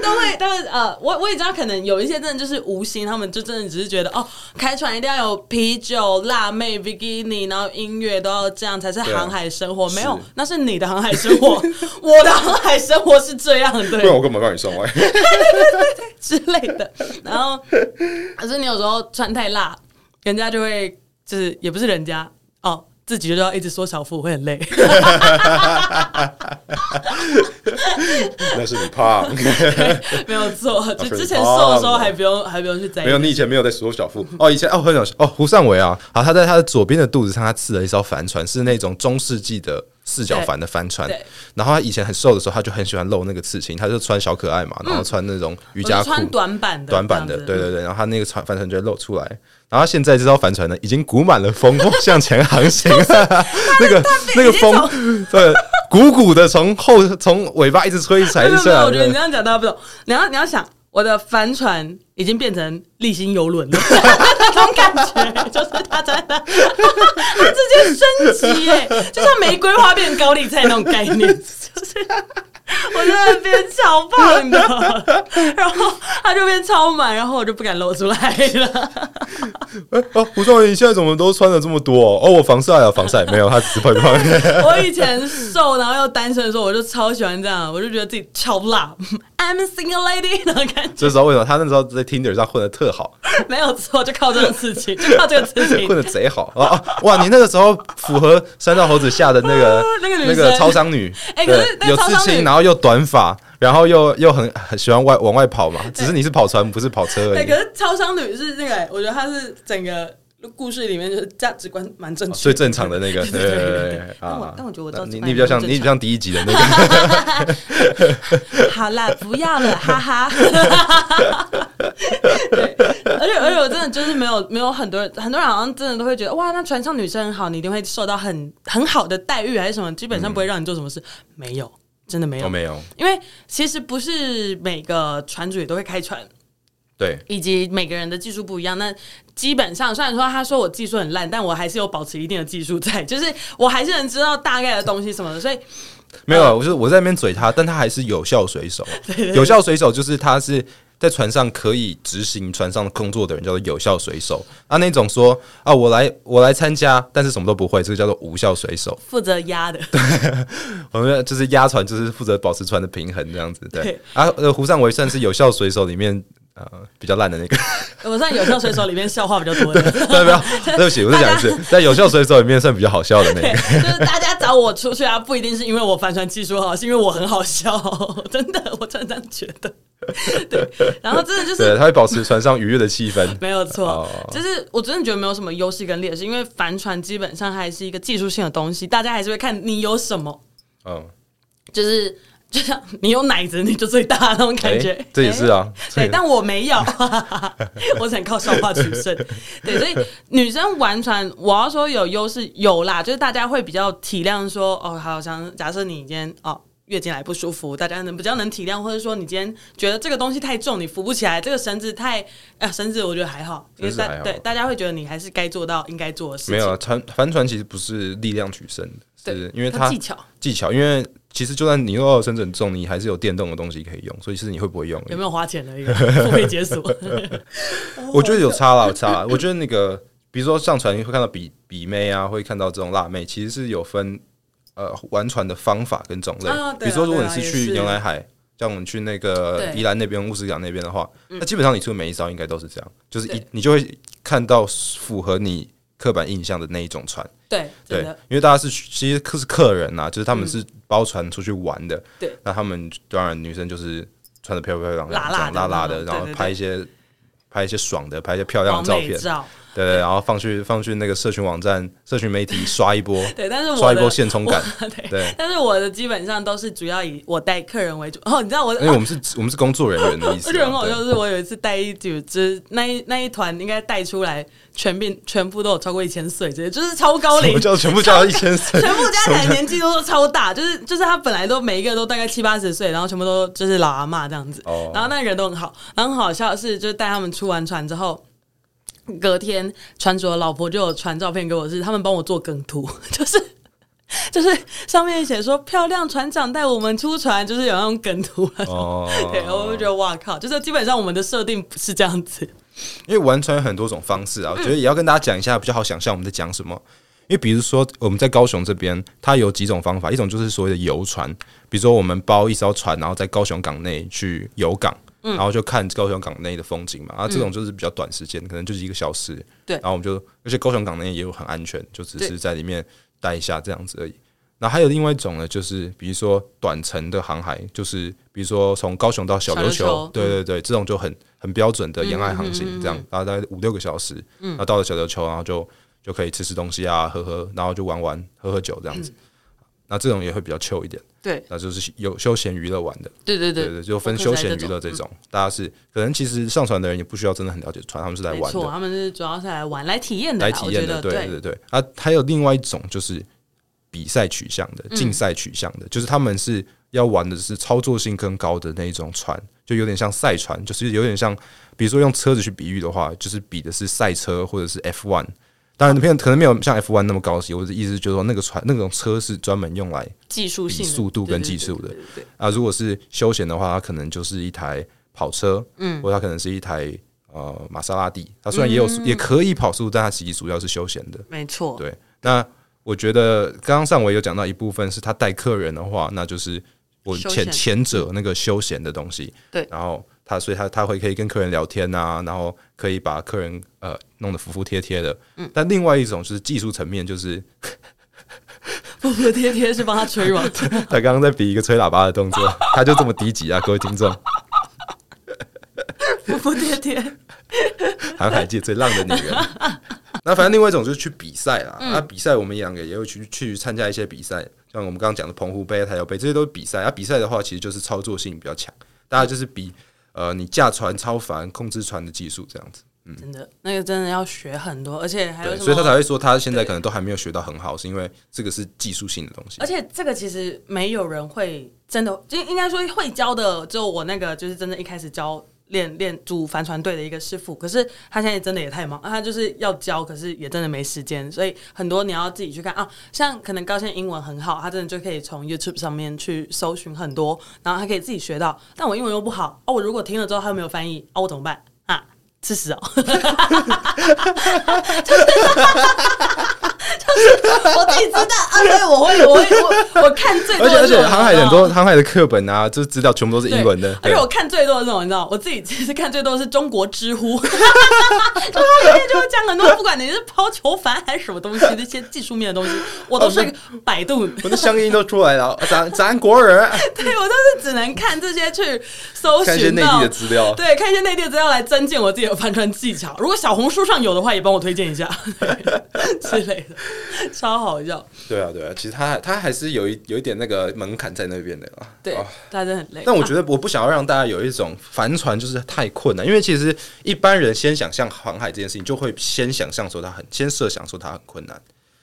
A: 都会，他们呃，我我也知道，可能有一些真的就是无心，他们就真的只是觉得哦，开船一定要有啤酒、辣妹、比基尼，然后音乐都要这样才是
B: 对啊
A: 航海生活。没有
B: 是，
A: 那是你的航海生 活，我的航海生活是这样的。
B: 不然我根本帮你上外。
A: 之类的。然后，可是你有时候穿太辣，人家就会就是也不是人家哦，自己就要一直缩小腹，会 很累。
B: 那是你胖，
A: 没有错，就之前瘦的时候还不用还不用去在
B: 啊没有
A: 意。
B: 你以前没有在说小腹哦，以前哦很有哦胡尚伟啊，好他在他的左边的肚子上他刺了一艘帆船，是那种中世纪的。四角帆的帆船
A: 对对，
B: 然后他以前很瘦的时候，他就很喜欢露那个刺青，他就穿小可爱嘛，然后穿那种瑜
A: 嗯我
B: 伽
A: 就
B: 裤，
A: 穿短版的，
B: 短版
A: 这
B: 的，
A: 样子
B: 对对对，然后他那个船帆船就会露出来，然后现在这艘帆船呢，已经鼓满了风，向前 航行了， 那个那个风， 对，鼓鼓的从后从尾巴一直吹，一直
A: 没
B: 踩，一
A: 有
B: 直
A: 没
B: 吹
A: 有，
B: 啊
A: 我觉得你这样讲大家不懂。你要你要想，我的帆船已经变成立新游轮了，那种感觉就是 它真的，它直接升级耶，就像玫瑰花变高丽菜那种概念，就是。我真的变超胖的，然后它就变超满，然后我就不敢露出来了。
B: 哎哦，胡仲你现在怎么都穿的这么多？哦，我防晒啊，防晒没有，他只是胖胖。
A: 我以前瘦，然后又单身的时候，我就超喜欢这样，我就觉得自己超辣，I'm a single lady 那种感觉。
B: 这时候为什么他那时候在 Tinder 上混的特好，
A: 没有错，就靠这种事情，就靠这个事情。
B: 混的贼好啊啊！哇，你那个时候符合山道猴子下的那个
A: 那个女
B: 那
A: 生
B: 个超商女，
A: 哎可是那
B: 对，
A: 个
B: 有
A: 超
B: 刺
A: 商女
B: 青，然后又短发，然后又又很很喜欢外往外跑嘛，只是你是跑船不是跑车而
A: 对，
B: 已
A: 可。是超商女是那个、我觉得她是整个故事里面就是价值观蛮正确的、
B: 哦最正常的那个，
A: 对对对对对。但我但我觉得我
B: 啊那
A: 照
B: 你你比较像你比较像第一集的那个，
A: 好啦，不要 了，哈哈。对，而且而且我真的就是没有没有很多人，很多人好像真的都会觉得哇，那船上女生很好，你一定会受到很很好的待遇还是什么，基本上不会让你做什么事，没有，真的没
B: 我
A: 有，
B: 嗯哦没有，
A: 因为其实不是每个船主也都会开船。
B: 对，
A: 以及每个人的技术不一样。那基本上，虽然说他说我技术很烂，但我还是有保持一定的技术在，就是我还是能知道大概的东西什么的。所以，嗯
B: 没有，我是我在那边嘴他，但他还是有效水 手。有效水手就是他是在船上可以执行船上工作的人，叫做有效水手。啊，那种说啊，我来我来参加，但是什么都不会，这个叫做无效水手。
A: 负责压的，
B: 我们就是压船，就是负责保持船的平衡这样子。对
A: 对
B: 啊，呃，胡尚维算是有效水手里面呃比较烂的那 个。
A: 我算有效水手里面笑话比较多的。
B: 对，不要，对不起，我再讲一次，在有效水手里面算比较好笑的那
A: 对，
B: 个。
A: 就是大家找我出去啊，不一定是因为我帆船技术好，是因为我很好笑，真的，我真的这样觉得。对，然后真的就是
B: 对，他会保持船上愉悦的气 氛。
A: 没有错
B: 哦，
A: 就是我真的觉得没有什么优势跟劣势，因为帆船基本上还是一个技术性的东西，大家还是会看你有什么。
B: 嗯，
A: 就是就像你有奶子你就最大那种感觉，
B: 哎这也是
A: 哎。
B: 啊。
A: 对，但我没 有， 我只能靠笑话取胜。对，所以女生玩船，我要说有优势有啦，就是大家会比较体谅说，哦，好像假设你今天哦月经来不舒服，大家能比较能体谅，或者说你今天觉得这个东西太重，你扶不起来，这个绳子太呃绳子我觉得还好，因为
B: 绳子
A: 大
B: 还好
A: 对大家会觉得你还是该做到应该做的事情，
B: 没有啊，船帆船其实不是力量取胜的，
A: 对
B: 是因为嗯
A: 它
B: 它
A: 技巧
B: 技巧，因为其实就算你又身子很重，你还是有电动的东西可以用，所以是你会不会用而已。
A: 有没有花钱 而已，付费解锁。
B: 我觉得有差啦，有差啦。我觉得那个，比如说上船会看到比比妹啊，会看到这种辣妹，其实是有分呃玩船的方法跟种类。
A: 啊对啊
B: 比如说，如果
A: 对
B: 你
A: 啊
B: 是
A: 也
B: 去
A: 是
B: 牛奶海，像我们去那个
A: 对嗯
B: 宜兰那边、乌石港那边的话，那基本上你出的每一艘应该都是这样，就是一
A: 对
B: 你就会看到符合你刻板印象的那一种船。
A: 对，
B: 对
A: 真的，嗯
B: 因为大家是去其实是客人呐、就是他们是包船出去玩的。
A: 对，
B: 那他们当然女生就是穿的漂漂亮
A: 辣
B: 亮、
A: 辣的
B: 这样辣辣的，
A: 嗯
B: 然后
A: 对对对
B: 拍一些拍一些爽的，拍一些漂亮
A: 完
B: 的照
A: 美
B: 片，
A: 照。
B: 对对，然后放去放去那个社群网站、 社群媒体刷一波，
A: 对，但是我
B: 刷一
A: 的
B: 波现 充感。
A: 对
B: 对，
A: 但是我的基本上都是主要以我带客人为主。哦，你知道我，
B: 因为我们是我们是工作人员的意思
A: 我
B: 啊。
A: 觉得很好
B: 对
A: 笑，就是我有一次带一组，就是那一那一团应该带出来，全遍全部都有超过一千岁，这些就是超高
B: 我
A: 龄
B: 们，叫全部叫到一千 岁，
A: 全部加起来年纪都超大，就是就是他本来都每一个都大概七八十岁，然后全部都就是老阿嬷这样子，
B: 哦
A: 然后那人都很好，然后很好笑的是，就是带他们出完船之后。隔天，船主的老婆就有传照片给我是，他们帮我做梗图， 就是就是上面写说漂亮船长带我们出船，就是有那种梗图那种。
B: 哦，
A: 对，我就觉得哇靠，就是基本上我们的设定是这样子。
B: 因为玩船有很多种方式啊，我觉得也要跟大家讲一下，比较好想象我们在讲什么。因为比如说我们在高雄这边，它有几种方法，一种就是所谓的游船，比如说我们包一艘船，然后在高雄港内去游港，
A: 嗯
B: 然后就看高雄港内的风景嘛。啊，这种就是比较短时间，可能就是一个小时。
A: 对
B: 然后我们就，而且高雄港内也有很安全，就只是
A: 对
B: 在里面待一下这样子而已。然后还有另外一种呢，就是比如说短程的航海，就是比如说从高雄到小
A: 小
B: 琉
A: 琉球嗯
B: 球，对对对，这种就很很标准的沿岸航行，这样大概五六个小时，
A: 嗯
B: 然后到了小琉球，然后就就可以吃吃东西啊，喝喝，然后就玩玩，喝喝酒这
A: 嗯
B: 样子。那这种也会比较 chill 一点，
A: 对
B: 那就是有休闲娱乐玩的，
A: 对对哦
B: 对对，就分休闲娱乐
A: 嗯
B: 这种，大家是可能其实上船的人也不需要真的很了解船，他们是来
A: 没
B: 玩的
A: 错，，他们是主要是来玩、来体验的
B: 来
A: 啦，
B: 体
A: 我觉
B: 验的，
A: 得
B: 对对对。啊，还有另外一种就是比赛取向的、
A: 嗯
B: 竞赛取向的，就是他们是要玩的是操作性更高的那一种船，就有点像赛船，就是有点像，比如说用车子去比喻的话，就是比的是赛车或者是 F one。当然，没有可能没有像 F one 那么高级。我的意思就是说，那个船那种车是专门用来
A: 技术性的
B: 比速度跟技术
A: 对
B: 的
A: 对对对对
B: 啊，如果是休闲的话，它可能就是一台跑车，嗯，或者它可能是一台呃玛莎拉蒂。它虽然也有、
A: 嗯
B: 也可以跑速，但它其实主要是休闲的。
A: 没错，
B: 对，那我觉得刚刚上维有讲到一部分是他带客人的话，那就是我
A: 休
B: 前
A: 闲
B: 前者那个休闲的东西。
A: 对
B: 然后他所以他他会可以跟客人聊天啊，然后可以把客人呃弄得服服帖帖的。嗯，但另外一种就是技术层面，就是
A: 服服帖帖是帮他吹吗？
B: 他刚刚在比一个吹喇叭的动作， 他就这么低级啊，各位听众，
A: 服服帖帖，
B: 航海界最浪的女 人。那反正另外一种就是去比赛啦，
A: 嗯
B: 那、比赛我们两个也会去去参加一些比赛，像我们刚刚讲的澎湖杯、台球杯，这些都是比赛。那、比赛的话，其实就是操作性比较强，大家就是比呃你驾船超凡、控制船的技术这样子。
A: 真的那个真的要学很多，而且还有
B: 对，
A: 什么？
B: 所以他才会说他现在可能都还没有学到很好，是因为这个是技术性的 东西
A: 而。且这个其实没有人会真的，就应该说会教的，只有我那个就是真的一开始教练练组帆船队的一个师傅，可是他现在真的也太忙，啊他就是要教，可是也真的没时间，所以很多你要自己去看啊。像可能高线英文很好，他真的就可以从 YouTube 上面去搜寻很多，然后他可以自己学到。但我英文又不好哦，我如果听了之后他又没有翻译，哦，我怎么办啊？吃屎哦！我自己知道啊，所以我会，我会，我我看最多
B: 而且
A: 的
B: 而
A: 是
B: 且
A: 我知道，
B: 航海很多航海的课本啊，就是资料全部都是
A: 对
B: 英文的。
A: 而
B: 对
A: 且我看最多的是什么，你知道，我自己其实看最多的是中国知乎， 中国里面就会讲很多，不管你是抛球帆还是什么东西，那些技术面的东西，我都
B: 哦
A: 是百度。
B: 我的乡音都出来了，啊咱咱国人
A: 对我都是只能看这些去搜
B: 看一些
A: 寻
B: 内
A: 到
B: 地的，资料。
A: 对，看一些内地的资料来增进我自己的帆船技巧。如果小红书上有的话，也帮我推荐一 下对之类的，超好笑。
B: 对啊，对啊，其实他他还是有一有一点那个门槛在那边的啦。
A: 对
B: 哦，
A: 大家真的很累。
B: 但我觉得我不想要让大家有一种帆船就是太困难，因为其实一般人先想象航海这件事情，就会先想象说它很，先设想说它很困难，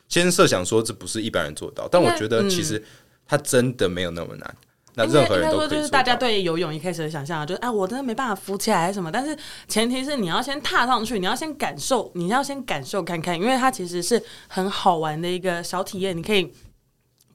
B: 先设想说这不是一般人做得到。但我觉得其实它真的没有那么难，那
A: 应该嗯啊
B: 任
A: 应
B: 何人
A: 该
B: 都
A: 说，
B: 可以
A: 就
B: 做
A: 是
B: 到
A: 大家对游泳一开始的想象啊，就是哎，我真的没办法浮起来还是什么。但是前提是你要先踏上去，你要先感受，你要先感受看看，因为它其实是很好玩的一个小体验。你可以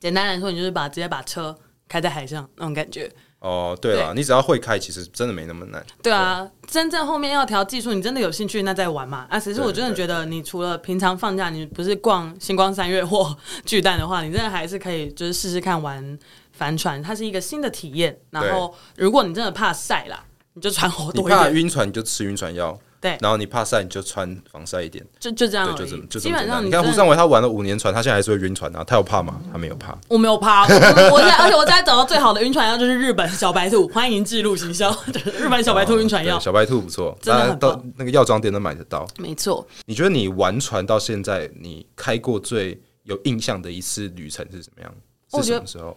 A: 简单来说，你就是把直接把车开在海上那种感觉，
B: 哦，对了，
A: 对
B: 你只要会开，其实真的没那么难。
A: 对啊，真正后面要调技术，你真的有兴趣那再玩嘛。啊，其实我真的觉得，你除了平常放假你不是逛星光三月或 巨蛋的话，你真的还是可以就是试试看玩帆船，它是一个新的体验。然后，如果你真的怕晒啦，你就穿厚
B: 你
A: 多一
B: 怕
A: 点，
B: 晕船，你就吃晕船药。
A: 对
B: 然后你怕晒，你就穿防晒一点。
A: 就就这样
B: 对，
A: 而
B: 就这么
A: 已。
B: 就这
A: 嗯基
B: 么
A: 本
B: 简单。
A: 上
B: 你看
A: 真
B: 胡
A: 的
B: 尚伟，他玩了五年船，他现在还是会晕船啊。他有怕吗？他没有怕。
A: 我没有趴， 我我现在而且我现在找到最好的晕船药就是日本小白兔，欢迎记录行销，就是日本小白兔晕船药
B: 对，小白兔不错，
A: 真的
B: 大家
A: 很
B: 到
A: 棒
B: 那个药妆店都买得到。
A: 没错。
B: 你觉得你玩船到现在，你开过最有印象的一次旅程是怎么样？
A: 我
B: 是
A: 觉得
B: 什么时候？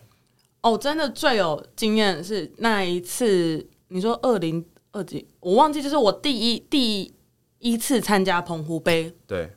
A: 哦，真的最有经验是那一次，你说二零二几，我忘记，就是我第一第一次参加澎湖杯，
B: 对，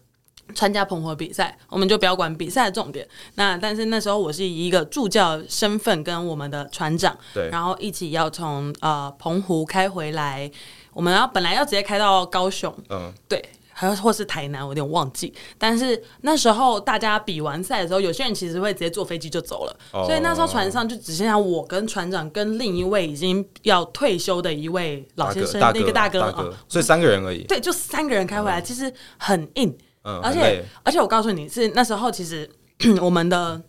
A: 参加澎湖比赛，我们就不要管比赛的重点。那但是那时候我是以一个助教身份跟我们的船长，
B: 对
A: 然后一起要从呃澎湖开回来，我们要本来要直接开到高雄，
B: 嗯，
A: 对，还有或是台南，我有点忘记。但是那时候大家比完赛的时候，有些人其实会直接坐飞机就走了，
B: 哦
A: 所以那时候船上就只剩下我跟船长跟另一位已经要退休的一位老
B: 大
A: 先
B: 哥，
A: 生，
B: 大
A: 那
B: 哥，
A: 个大哥
B: 大
A: 啊
B: 哥，，所以三个人而已。
A: 对，就三个人开回来，其实很硬。
B: 嗯，
A: 而
B: 很
A: 且
B: 累
A: 而且我告诉你，是那时候其实 我们的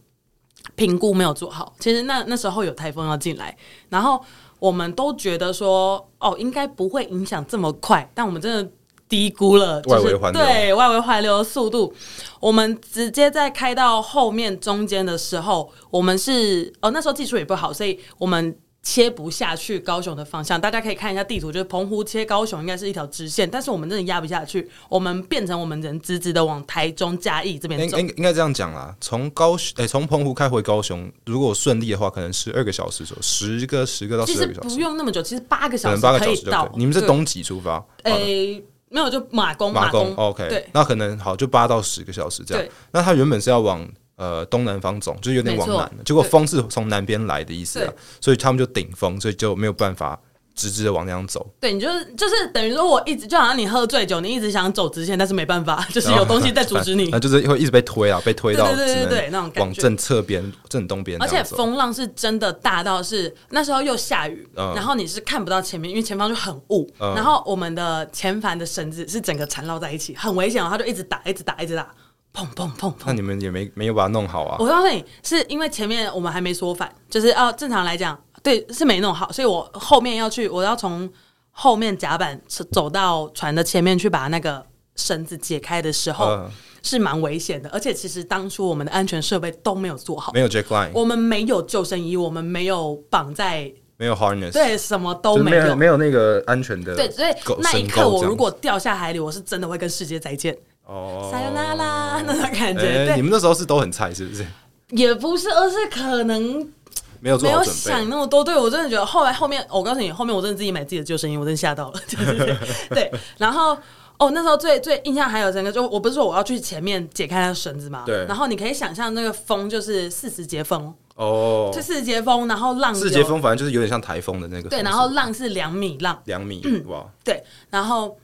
A: 评估没有做好。其实那那时候有台风要进来，然后我们都觉得说，哦，应该不会影响这么快，但我们真的。低估了，就是
B: 外围环流
A: 对外围环流的速度，我们直接在开到后面中间的时候，我们是哦那时候技术也不好，所以我们切不下去高雄的方向。大家可以看一下地图，就是澎湖切高雄应该是一条直线，但是我们真的压不下去，我们变成我们人直直的往台中嘉义这边
B: 应
A: 走。
B: 应应该这样讲啦，从高雄，哎、从澎湖开回高雄，如果顺利的话，可能十二个小时左右，十个十个到
A: 其
B: 十
A: 实
B: 二个小
A: 不
B: 时，
A: 用那么久，其实八个
B: 可
A: 小
B: 能
A: 时
B: 八个小
A: 以
B: 时就可
A: 到
B: 以。。你们是
A: 对哎
B: 东极出发，好的
A: 诶、没有就马公
B: 马
A: 公
B: 公，OK，哦
A: 对
B: 那可能好就八到十个小时这样
A: 对。
B: 那他原本是要往呃东南方走，就是有点往
A: 没错
B: 南的，结果风是从南边来的意思啊
A: 对，
B: 所以他们就顶风，所以就没有办法直直的往那样走。
A: 对，你就是就是等于说，我一直就好像你喝醉酒，你一直想走直线，但是没办法，就是有东西在阻止你
B: 那。就是会一直被推啊，被推到
A: 对对对
B: 只能
A: 对对那种感觉
B: 往正侧边、正东边
A: 而
B: 这
A: 且
B: 样走，
A: 风浪是真的大到是那时候又下雨，
B: 嗯
A: 然后你是看不到前面，因为前方就很雾，
B: 嗯
A: 然后我们的前帆的绳子是整个缠绕在一起，很危险哦，它就一直打，一直打，一直打，砰砰砰砰
B: 那。你们也没没有把它弄好啊。
A: 我告诉你，是因为前面我们还没说反，就是哦、正常来讲，对，是没弄好，所以我后面要去，我要从后面甲板走到船的前面去把那个绳子解开的时候，
B: 嗯
A: 是蛮危险的。而且其实当初我们的安全设备都没有做好，
B: 没有 jack line，
A: 我们没有救生衣，我们没有绑在，
B: 没有 harness，
A: 对，什么都
B: 就是
A: 没有。
B: 没有那个安全的
A: 对，所以
B: 狗
A: 那一
B: 绳
A: 刻
B: 钩
A: 我
B: 这样
A: 如果掉下海里，我是真的会跟世界再见，
B: 哦
A: 撒由那拉 那种感觉。
B: 哎你
A: 对，
B: 们那时候是都很菜是不是？
A: 也不是，而是可能
B: 没有做
A: 没
B: 好
A: 有
B: 准
A: 想
B: 备，
A: 那么多，对我真的觉得后来后面，我告诉你，后面我真的自己买自己的救生衣，我真的吓到了。 就是对，然后哦，那时候最最印象还有整个，就我不是说我要去前面解开那个绳子嘛，
B: 对
A: 然后你可以想象那个风就是四十节风，
B: 哦
A: 就，四十节风，然后浪有
B: 世界风反正就是有点像台风的那个风速，
A: 对，嗯然后浪是两米浪，
B: 两米哇，
A: 对，然后。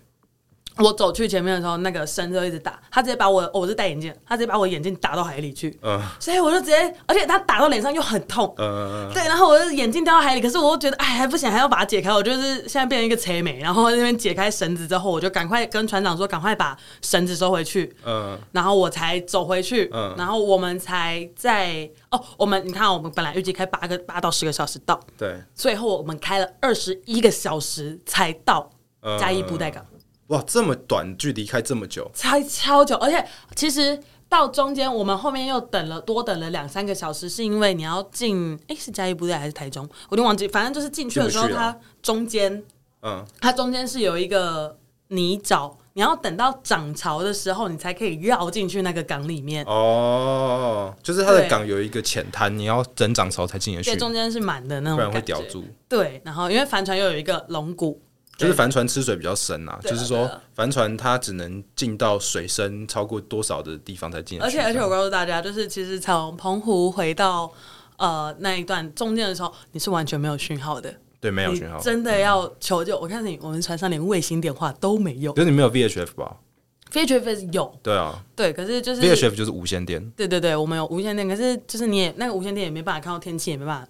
A: 我走去前面的时候，那个绳子就一直打，他直接把我、哦我是戴眼镜，他直接把我眼镜打到海里去，
B: 嗯
A: 所以我就直接，而且他打到脸上又很痛，
B: 呃，
A: 对，然后我的眼镜掉到海里，可是我又觉得，哎，还不行，还要把它解开。我就是现在变成一个贼美，然后那边解开绳子之后，我就赶快跟船长说，赶快把绳子收回去，
B: 嗯
A: 然后我才走回去，
B: 嗯
A: 然后我们才在哦，我们你看，我们本来预计开八个八到十个小时到，
B: 对，
A: 最后我们开了二十一个小时才到
B: 嗯
A: 嘉义布袋港，
B: 哇，这么短距离开这么久，
A: 才超久，而且其实。到中间，我们后面又等了多等了两三个小时，是因为你要进，诶，是嘉义部队还是台中？我就忘记，反正就是进去的时候，
B: 进不去啊
A: 它中间
B: 嗯，
A: 它中间是有一个泥沼，你要等到涨潮的时候，你才可以绕进去那个港里面。
B: 哦，就是它的
A: 对
B: 港有一个浅滩，你要整涨潮才进得
A: 对，
B: 去，
A: 中间是满的那
B: 不
A: 种
B: 然会
A: 感觉
B: 叼。住。
A: 对，然后因为帆船又有一个龙骨，
B: 就是帆船吃水比较深啊，
A: 对啊
B: 就是
A: 对
B: 说
A: 啊
B: 帆船它只能进到水深超过多少的地方才进得
A: 而
B: 去
A: 且
B: 这样。
A: 而且我告诉大家，就是其实从澎湖回到呃那一段中间的时候，你是完全没有讯号的，
B: 对没有
A: 你
B: 讯号，嗯
A: 真的要求救。我看你，我们船上连卫星电话都没有
B: 可是你没有 VHF 吧？
A: f e a t u r e 有
B: 对啊
A: 对，可是就是
B: ，VHF 就是无线电，
A: 对对对，我们有无线电，可是就是你也那个无线电也没办法看到天气，也没办法。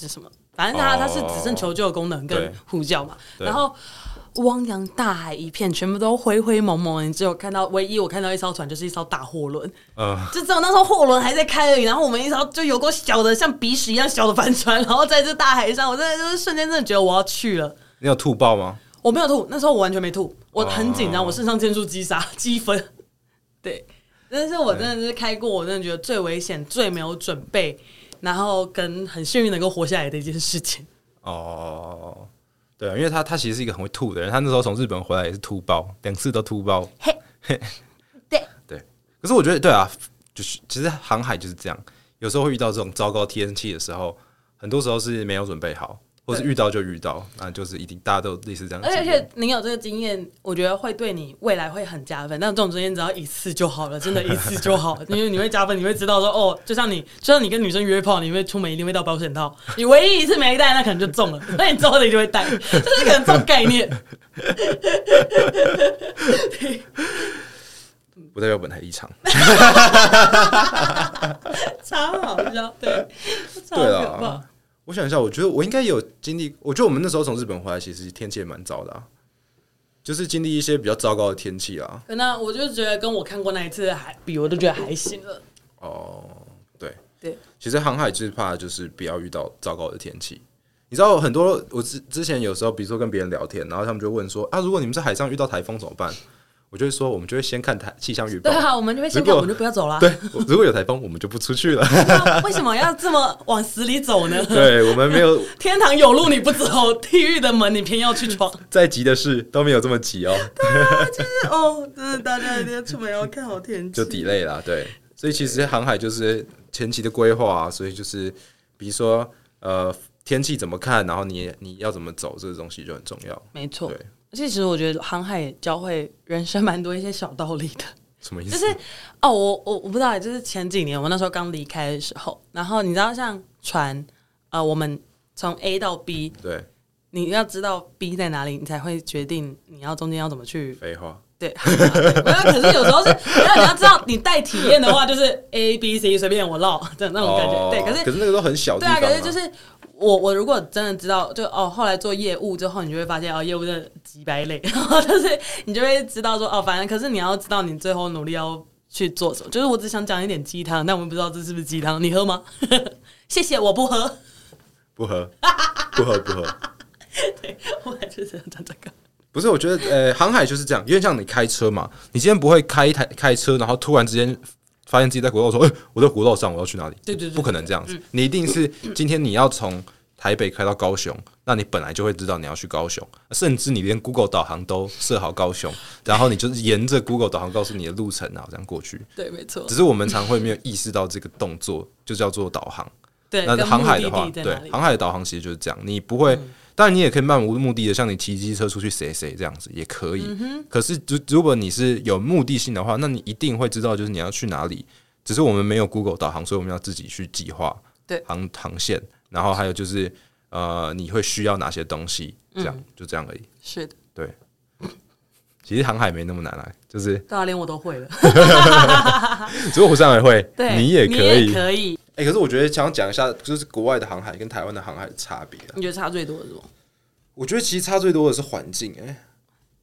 A: 是什么？反正它
B: 哦
A: 它是只剩求救的功能
B: 对
A: 跟呼叫嘛。
B: 对
A: 然后汪洋大海一片，全部都灰灰蒙蒙，你只有看到唯一我看到一艘船就是一艘大货轮，
B: 呃，
A: 就只有那时候货轮还在开而已，然后我们一艘就有过小的像鼻屎一样小的帆船，然后在这大海上，我真的就是瞬间真的觉得我要去了。
B: 你有吐爆吗？
A: 我没有吐，那时候我完全没吐，我很紧张，我肾上腺素击杀 积分。对，但是我真的是开过，我真的觉得最危险、最没有准备，然后跟很幸运能够活下来的一件事情。
B: 哦，对啊，因为他他其实是一个很会吐的人，他那时候从日本回来也是吐爆，两次都吐爆。
A: 嘿，对
B: 对，可是我觉得对啊，就是其实航海就是这样，有时候会遇到这种糟糕天气的时候，很多时候是没有准备好，或是遇到就遇到，那就是一定大家都类似这样的
A: 而且
B: 经
A: 而
B: 验。
A: 且您有这个经验，我觉得会对你未来会很加分。但这种经验只要一次就好了，真的，一次就好，因为你会加分，你会知道说，哦，就像你，就像你跟女生约炮，你会出门一定会带保险套，你唯一一次没带，那可能就中了，那你之后的一定会带， 就是可能这种概念。
B: 不代表本台立场。
A: 超好 笑，对，超
B: 对
A: 可怕
B: 啊。，我想一下，我觉得我应该有经历。我觉得我们那时候从日本回来，其实天气也蛮糟的、啊，就是经历一些比较糟糕的天气啊。
A: 可那我就觉得跟我看过那一次还比，我都觉得还行
B: 嗯
A: 了。
B: 哦，对，
A: 对，
B: 其实航海最怕的就是不要遇到糟糕的天气。你知道很多我之之前有时候，比如说跟别人聊天，然后他们就问说啊，如果你们在海上遇到台风怎么办？我就会说，我们就会先看台气象预报
A: 对。啊，我们就会先
B: 如
A: 看，
B: 果
A: 我们就不要走啦。
B: 对，我如果有台风，我们就不 出去了。
A: 那为什么要这么往死里走呢？
B: 对我们没有
A: 天堂有路你不走，地狱的门你偏要去闯。
B: 再急的事都没有这么急哦，
A: 就是哦，真的，大家一定要出门要看好天
B: 就 delay 啦。对，所以其实航海就是前期的规划、啊，所以就是比如说呃天气怎么看，然后你你要怎么走，这个东西就很重要。
A: 没错
B: 对，，
A: 而且其实我觉得航海也教会人生蛮多一些小道 理的。
B: 什么意思？
A: 就是哦，我我我不知道，就是前几年我那时候刚离开的时候，然后你知道像船，呃，我们从 A 到 B，
B: 对，
A: 你要知道 B 在哪里，你才会决定你要中间要怎么去。
B: 废话。
A: 对，没有，可是有时候是，没有你要知道，你带体验的话就是 A B C 随便我绕的那种感觉。
B: 哦
A: 对，可是
B: 可是那个都很小的
A: 对
B: 地
A: 啊，
B: 方、
A: 可是就是我我如果真的知道，就哦，后来做业务之后，你就会发现哦，业务真的几百类， 然后就是你就会知道说哦，反正可是你要知道你最后努力要去做什么。就是我只想讲一点鸡汤，但我们不知道这是不是鸡汤，你喝吗？ 谢谢，我不喝。
B: 不喝， 不喝，不喝。
A: 对，我就是想讲这个。
B: 不是，我觉得呃，航海就是这样，因为像你开车嘛，你今天不会开一台开车，然后突然之间发现自己在国道说，哎、我在国道上，我要去哪里？
A: 对对对嗯
B: 不可能这样子。你一定是今天你要从台北开到高雄，那你本来就会知道你要去高雄，甚至你连 Google 导航都设好高雄，然后你就是沿着 Google 导航告诉你的路程，啊然后这样过去。
A: 对，没错
B: 只。是我们常会没有意识到这个动作就叫做导航。
A: 对，
B: 那
A: 跟
B: 航海
A: 目
B: 的话，
A: 地在
B: 对
A: 哪里嗯
B: 航海的导航其实就是这样，你不会，当然你也可以漫无目的的，像你骑机车出去谁谁这样子也可以。
A: 嗯
B: 可是如如果你是有目的性的话，那你一定会知道就是你要去哪里。只是我们没有 Google 导航，所以我们要自己去计划
A: 对
B: 航航线，然后还有就是呃，你会需要哪些东西，这
A: 嗯
B: 样、就这样而已。
A: 是的，
B: 对，其实航海没那么难啊，就是
A: 对啊，连我都 会了。
B: 只有火山还会，
A: 对，
B: 你也可以。
A: 可以。
B: 哎、可是我觉得想要讲一下，就是国外的航海跟台湾的航海的差别啊。
A: 你觉得差最多的是什么？
B: 我觉得其实差最多的是环境、欸，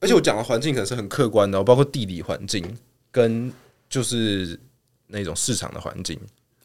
B: 而且我讲的环境可能是很客观的哦、包括地理环境跟就是那种市场的环境。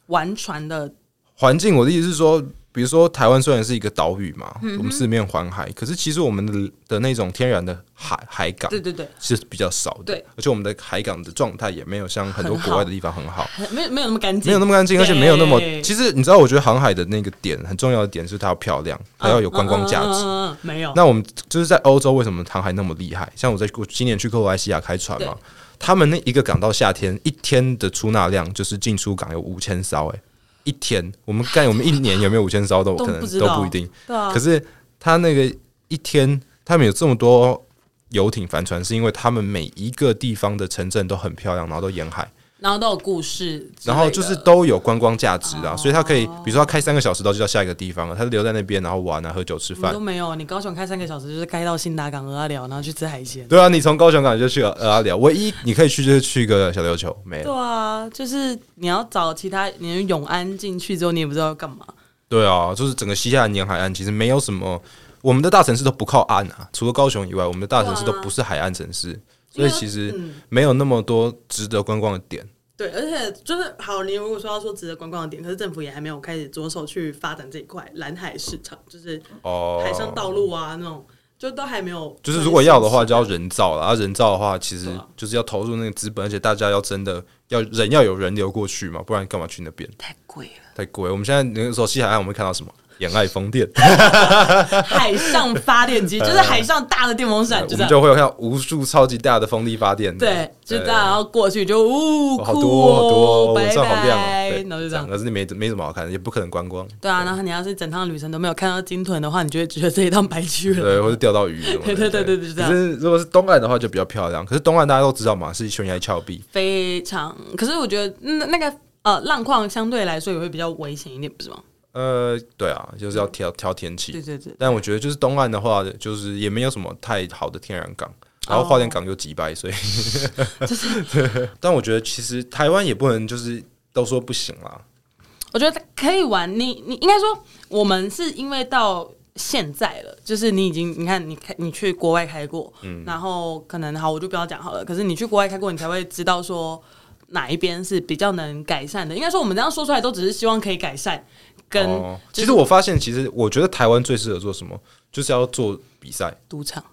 A: 玩船的，
B: 环境，我的意思是说，比如说台湾虽然是一个岛屿嘛，我们四面环海，可是其实我们的的那种天然的海海港
A: 对对对，
B: 是比较少的
A: 对，
B: 而且我们的海港的状态也没有像很多
A: 很好
B: 国外的地方很好。
A: 很没有没有那么干净，嗯
B: 没有那么干净，而且没有那么……
A: 对
B: 其实你知道，我觉得航海的那个点很重要的点是它要漂亮，它要有观光价值。
A: 嗯嗯嗯嗯嗯没有，
B: 那我们就是在欧洲，为什么航海那么厉害？像我在我今年去克罗埃西亚开船嘛
A: 对，
B: 他们那一个港到夏天一天的出纳量就是进出港有五千艘，哎，一天我们干我们一年有没有五 千艘都
A: 都
B: 可
A: 不
B: 能
A: 知
B: 都
A: 道
B: 不一定。
A: 对啊
B: 可，是他那个一天，他们有这么多游艇帆船，是因为他们每一个地方的城镇都很漂亮，然后都沿海，
A: 然后都有故事之类的，哦
B: 然后就是都有观光价值啊，所以他可以，比如说他开三个小时到就到下一个地方了，他就留在那边，然后玩啊，喝酒吃
A: 我们
B: 饭
A: 都。没有。你高雄开三个小时，就是开到新达港鹅阿寮，然后去吃海鲜。
B: 对啊，你从高雄港就去了呃阿寮，唯一你可以去就是去一个小琉球，没
A: 对
B: 了。
A: 啊，就是你要找其他，你永安进去之后，你也不知道要干嘛。
B: 对啊，就是整个西岸沿海岸其实没有什么，我们的大城市都不靠岸啊，除了高雄以外，我们的大城市都不是海岸城市，
A: 啊
B: 所以其实没有那么多值得观光的点。
A: 对，而且就是好，你如果说要说值得观光的点，可是政府也还没有开始着手去发展这一块蓝海市场，就是
B: 哦，
A: 海上道路啊那种，就都还没有。
B: 就是如果要的话，就要人造了。啊，人造的话，其实
A: 啊
B: 就是要投入那个资本，而且大家要真的要人要有人流过去嘛，不然干嘛去那边？
A: 太贵了，
B: 太贵。我们现在那个时候西海岸，我们会看 到什么？沿岸风电，
C: 海上发电 机就是海上大的电风扇，
B: 哎我
C: 就这
B: 们
C: 样。
B: 就会有看到无数超级大的风力发电。
C: 对，就大家要过去就呜酷
B: 哦好多好
C: 哦，
B: 多，
C: 拜
B: 上好亮
C: 拜
B: 哦，对，，
C: 然后就这样。
B: 可是你没没什么好看的，也不可能观光，
A: 对啊。然后你要是整趟旅程都没有看到金豚的话，你就会觉得这一趟白去了。
B: 对，或者钓到鱼什么
A: 对
B: 的。
A: 对对对对就这
B: 可
A: 样
B: 是如果是东岸的话，就比较漂亮。可是东岸大家都知道嘛，是悬崖峭壁，
A: 非常，可是我觉得那那个呃浪况相对来说也会比较危险一点，不是吗？
B: 呃，对啊，就是要挑挑天气。
A: 对对对，
B: 但我觉得就是东岸的话，就是也没有什么太好的天然港，然
C: 哦
B: 后花莲港又几 百所以 但我觉得其实台湾也不能就是都说不行啦。
A: 我觉得可以玩。你你应该说，我们是因为到现在了，就是你已经你看你开你去国外开过，
B: 嗯
A: 然后可能好我就不要讲好了。可是你去国外开过，你才会知道说哪一边是比较能改善的。应该说我们这样说出来，都只是希望可以改善。跟
B: 哦，
A: 就
B: 其
A: 是
B: 实我发现，其实我觉得台湾最适合做什么，就是要做比赛。
A: 赌场，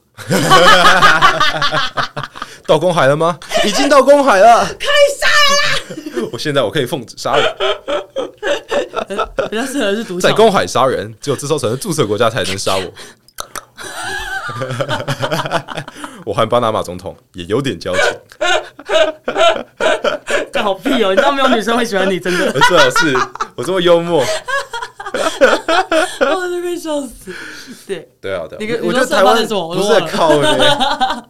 B: 到公海了吗？已经到公 海了，可以 杀了。我现在我可以奉旨杀人，
A: 比较适合是赌
B: 在
A: 场。
B: 公海杀人，只有自造成的注册国家才能杀我。 我和巴拿马总统也有点交情，
A: 干好屁哦！你知道没有女生会喜欢你，真 的，
B: 最好是我这么幽默。
A: 我都被笑死。对，
B: 对啊，对啊
A: 你跟
B: 我我
A: 你
B: 觉
A: 说
B: 得
A: 社
B: 台
A: 报
B: 湾
A: 是什么我
B: 不
A: 都
B: 是
A: 忘
B: 很
A: 了
B: 靠欸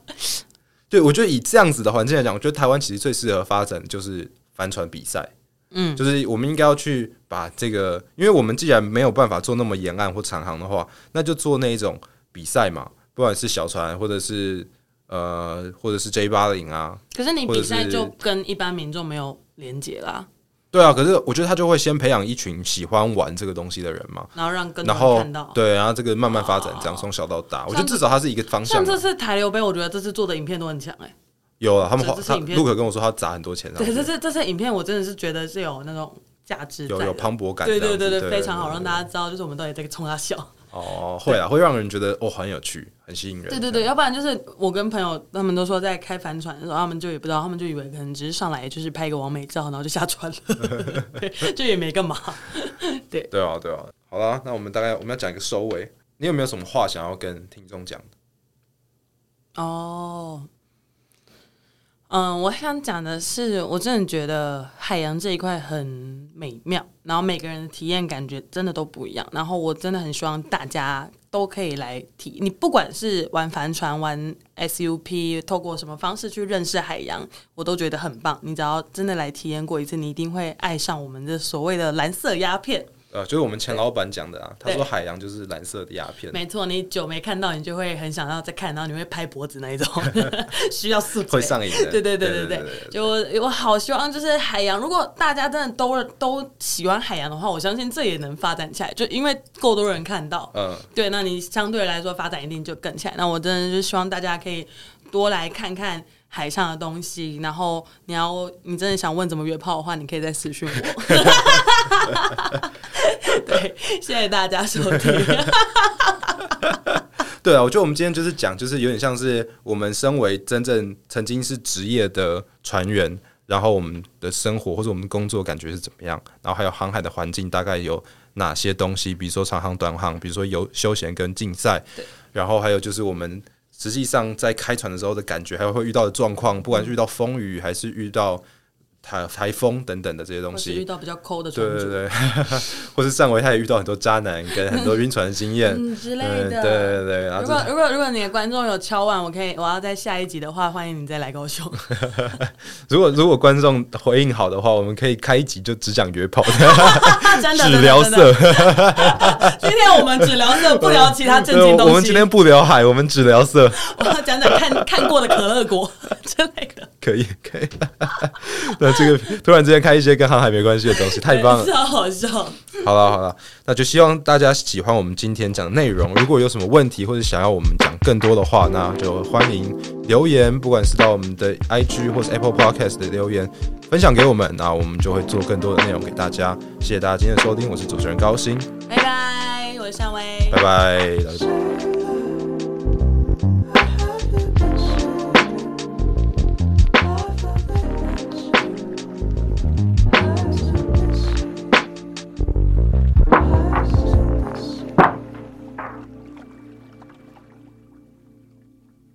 B: 对，我觉得以这样子的环境来讲，我觉得台湾其实最适合发展就是帆船比赛。
A: 嗯
B: 就是我们应该要去把这个，因为我们既然没有办法做那么沿岸或长航的话，那就做那一种比赛嘛，不管是小船或者是呃，或者是 J 八零啊，
A: 可是你
B: 或者
A: 比赛
B: 是
A: 就跟一般民众没有连结啦，
B: 对啊。可是我觉得他就会先培养一群喜欢玩这个东西的人嘛，
A: 然后让更多
B: 然
A: 人
B: 后
A: 看到。哦
B: 对，然后这个慢慢发展，这样从小到大，我觉得至少它是一个方
A: 像
B: 向啊。
A: 这次台流杯，我觉得这次做的影片都很强哎、
B: 有啊，他们花
A: 这是
B: 他
A: 影片
B: 陆可跟我说他砸很多钱上去，
A: 对，这次这次影片我真的是觉得是有那种价值在
B: 有
A: 的，
B: 有磅礴感这
A: 对
B: 样子，
A: 对对
B: 对
A: 对，非常好，让大家知道就是我们到底在冲他笑。
B: 哦会啊，会让人觉得哦很有趣，很吸引人。
A: 对对对，要不然就是我跟朋友他们都说在开帆船的时候，他们就也不知道，他们就以为可能只是上来就是拍一个完美照，然后就下船了， 对，就也没干嘛。
B: 对啊对啊，好啦，那我们大概我们要讲一个收尾，你有没有什么话想要跟听众讲的？
A: 哦，嗯，我想讲的是，我真的觉得海洋这一块很美妙，然后每个人的体验感觉真的都不一样。然后我真的很希望大家都可以来体，你不管是玩帆船、玩 SUP，透过什么方式去认识海洋，我都觉得很棒。你只要真的来体验过一次，你一定会爱上我们的所谓的蓝色鸦片。
B: 呃，就是我们前老板讲的啊，他
A: 对
B: 说海洋就是蓝色的鸦片，
A: 没错，你久没看到，你就会很想要再看，然后你会拍脖子那一种， 需要素质
B: 会上瘾的。
A: 对对对
B: 对
A: 对对，就我我好希望就是海洋，如果大家真的都都喜欢海洋的话，我相信这也能发展起来，就因为够多人看到。
B: 嗯，
A: 对，那你相对来说发展一定就更起来。那我真的就希望大家可以多来看看海上的东西，然后你要你真的想问怎么约炮的话，你可以再私讯我。 对，谢谢大家收听。
B: 对啊，我觉得我们今天就是讲，就是有点像是我们身为真正曾经是职业的船员，然后我们的生活或者我们的工作感觉是怎么样，然后还有航海的环境大概有哪些东西，比如说长航、短航，比如说游休闲跟竞赛，然后还有就是我们实际上在开船的时候的感觉，还有会遇到的状况，不管是遇到风雨还是遇到台台风等等的这些东
A: 我
B: 西
A: 是，遇到比较抠的
B: 对
A: 船
B: 对
A: 主
B: 对， 或是上回他也遇到很多渣男跟很多晕船的经验。
A: 嗯之类
B: 嗯，对
A: 的。
B: 对对，然后
A: 如
B: 这
A: 果如果如果你的观众有敲碗，我可以我要在下一集的话，欢迎你再来高 雄。
B: 如果如果观众回应好的话，我们可以开一集就只讲 约炮，
A: 真的，
B: 只
A: 真
B: 聊
A: 的，真的。
B: 色。
A: 今天我们只聊这，不聊其他正经
B: 对
A: 东西。
B: 我们今天不聊海，我们只聊色，
A: 我要讲讲看看过的可乐果之类的。
B: 可以 可 以。那这个突然之间开一些跟航海没关系的东西，太棒了
A: 超好笑。
B: 好了好了，那就希望大家喜欢我们今天讲的内容。如果有什么问题或者想要我们讲更多的话，那就欢迎留言，不管是到我们的 IG 或是 Apple Podcast 的留言分享给我们，那我们就会做更多的内容给大家。谢谢大家今天的收听，我是主持人高鑫，
A: 拜拜，我是夏薇，
B: 拜拜，大家拜拜。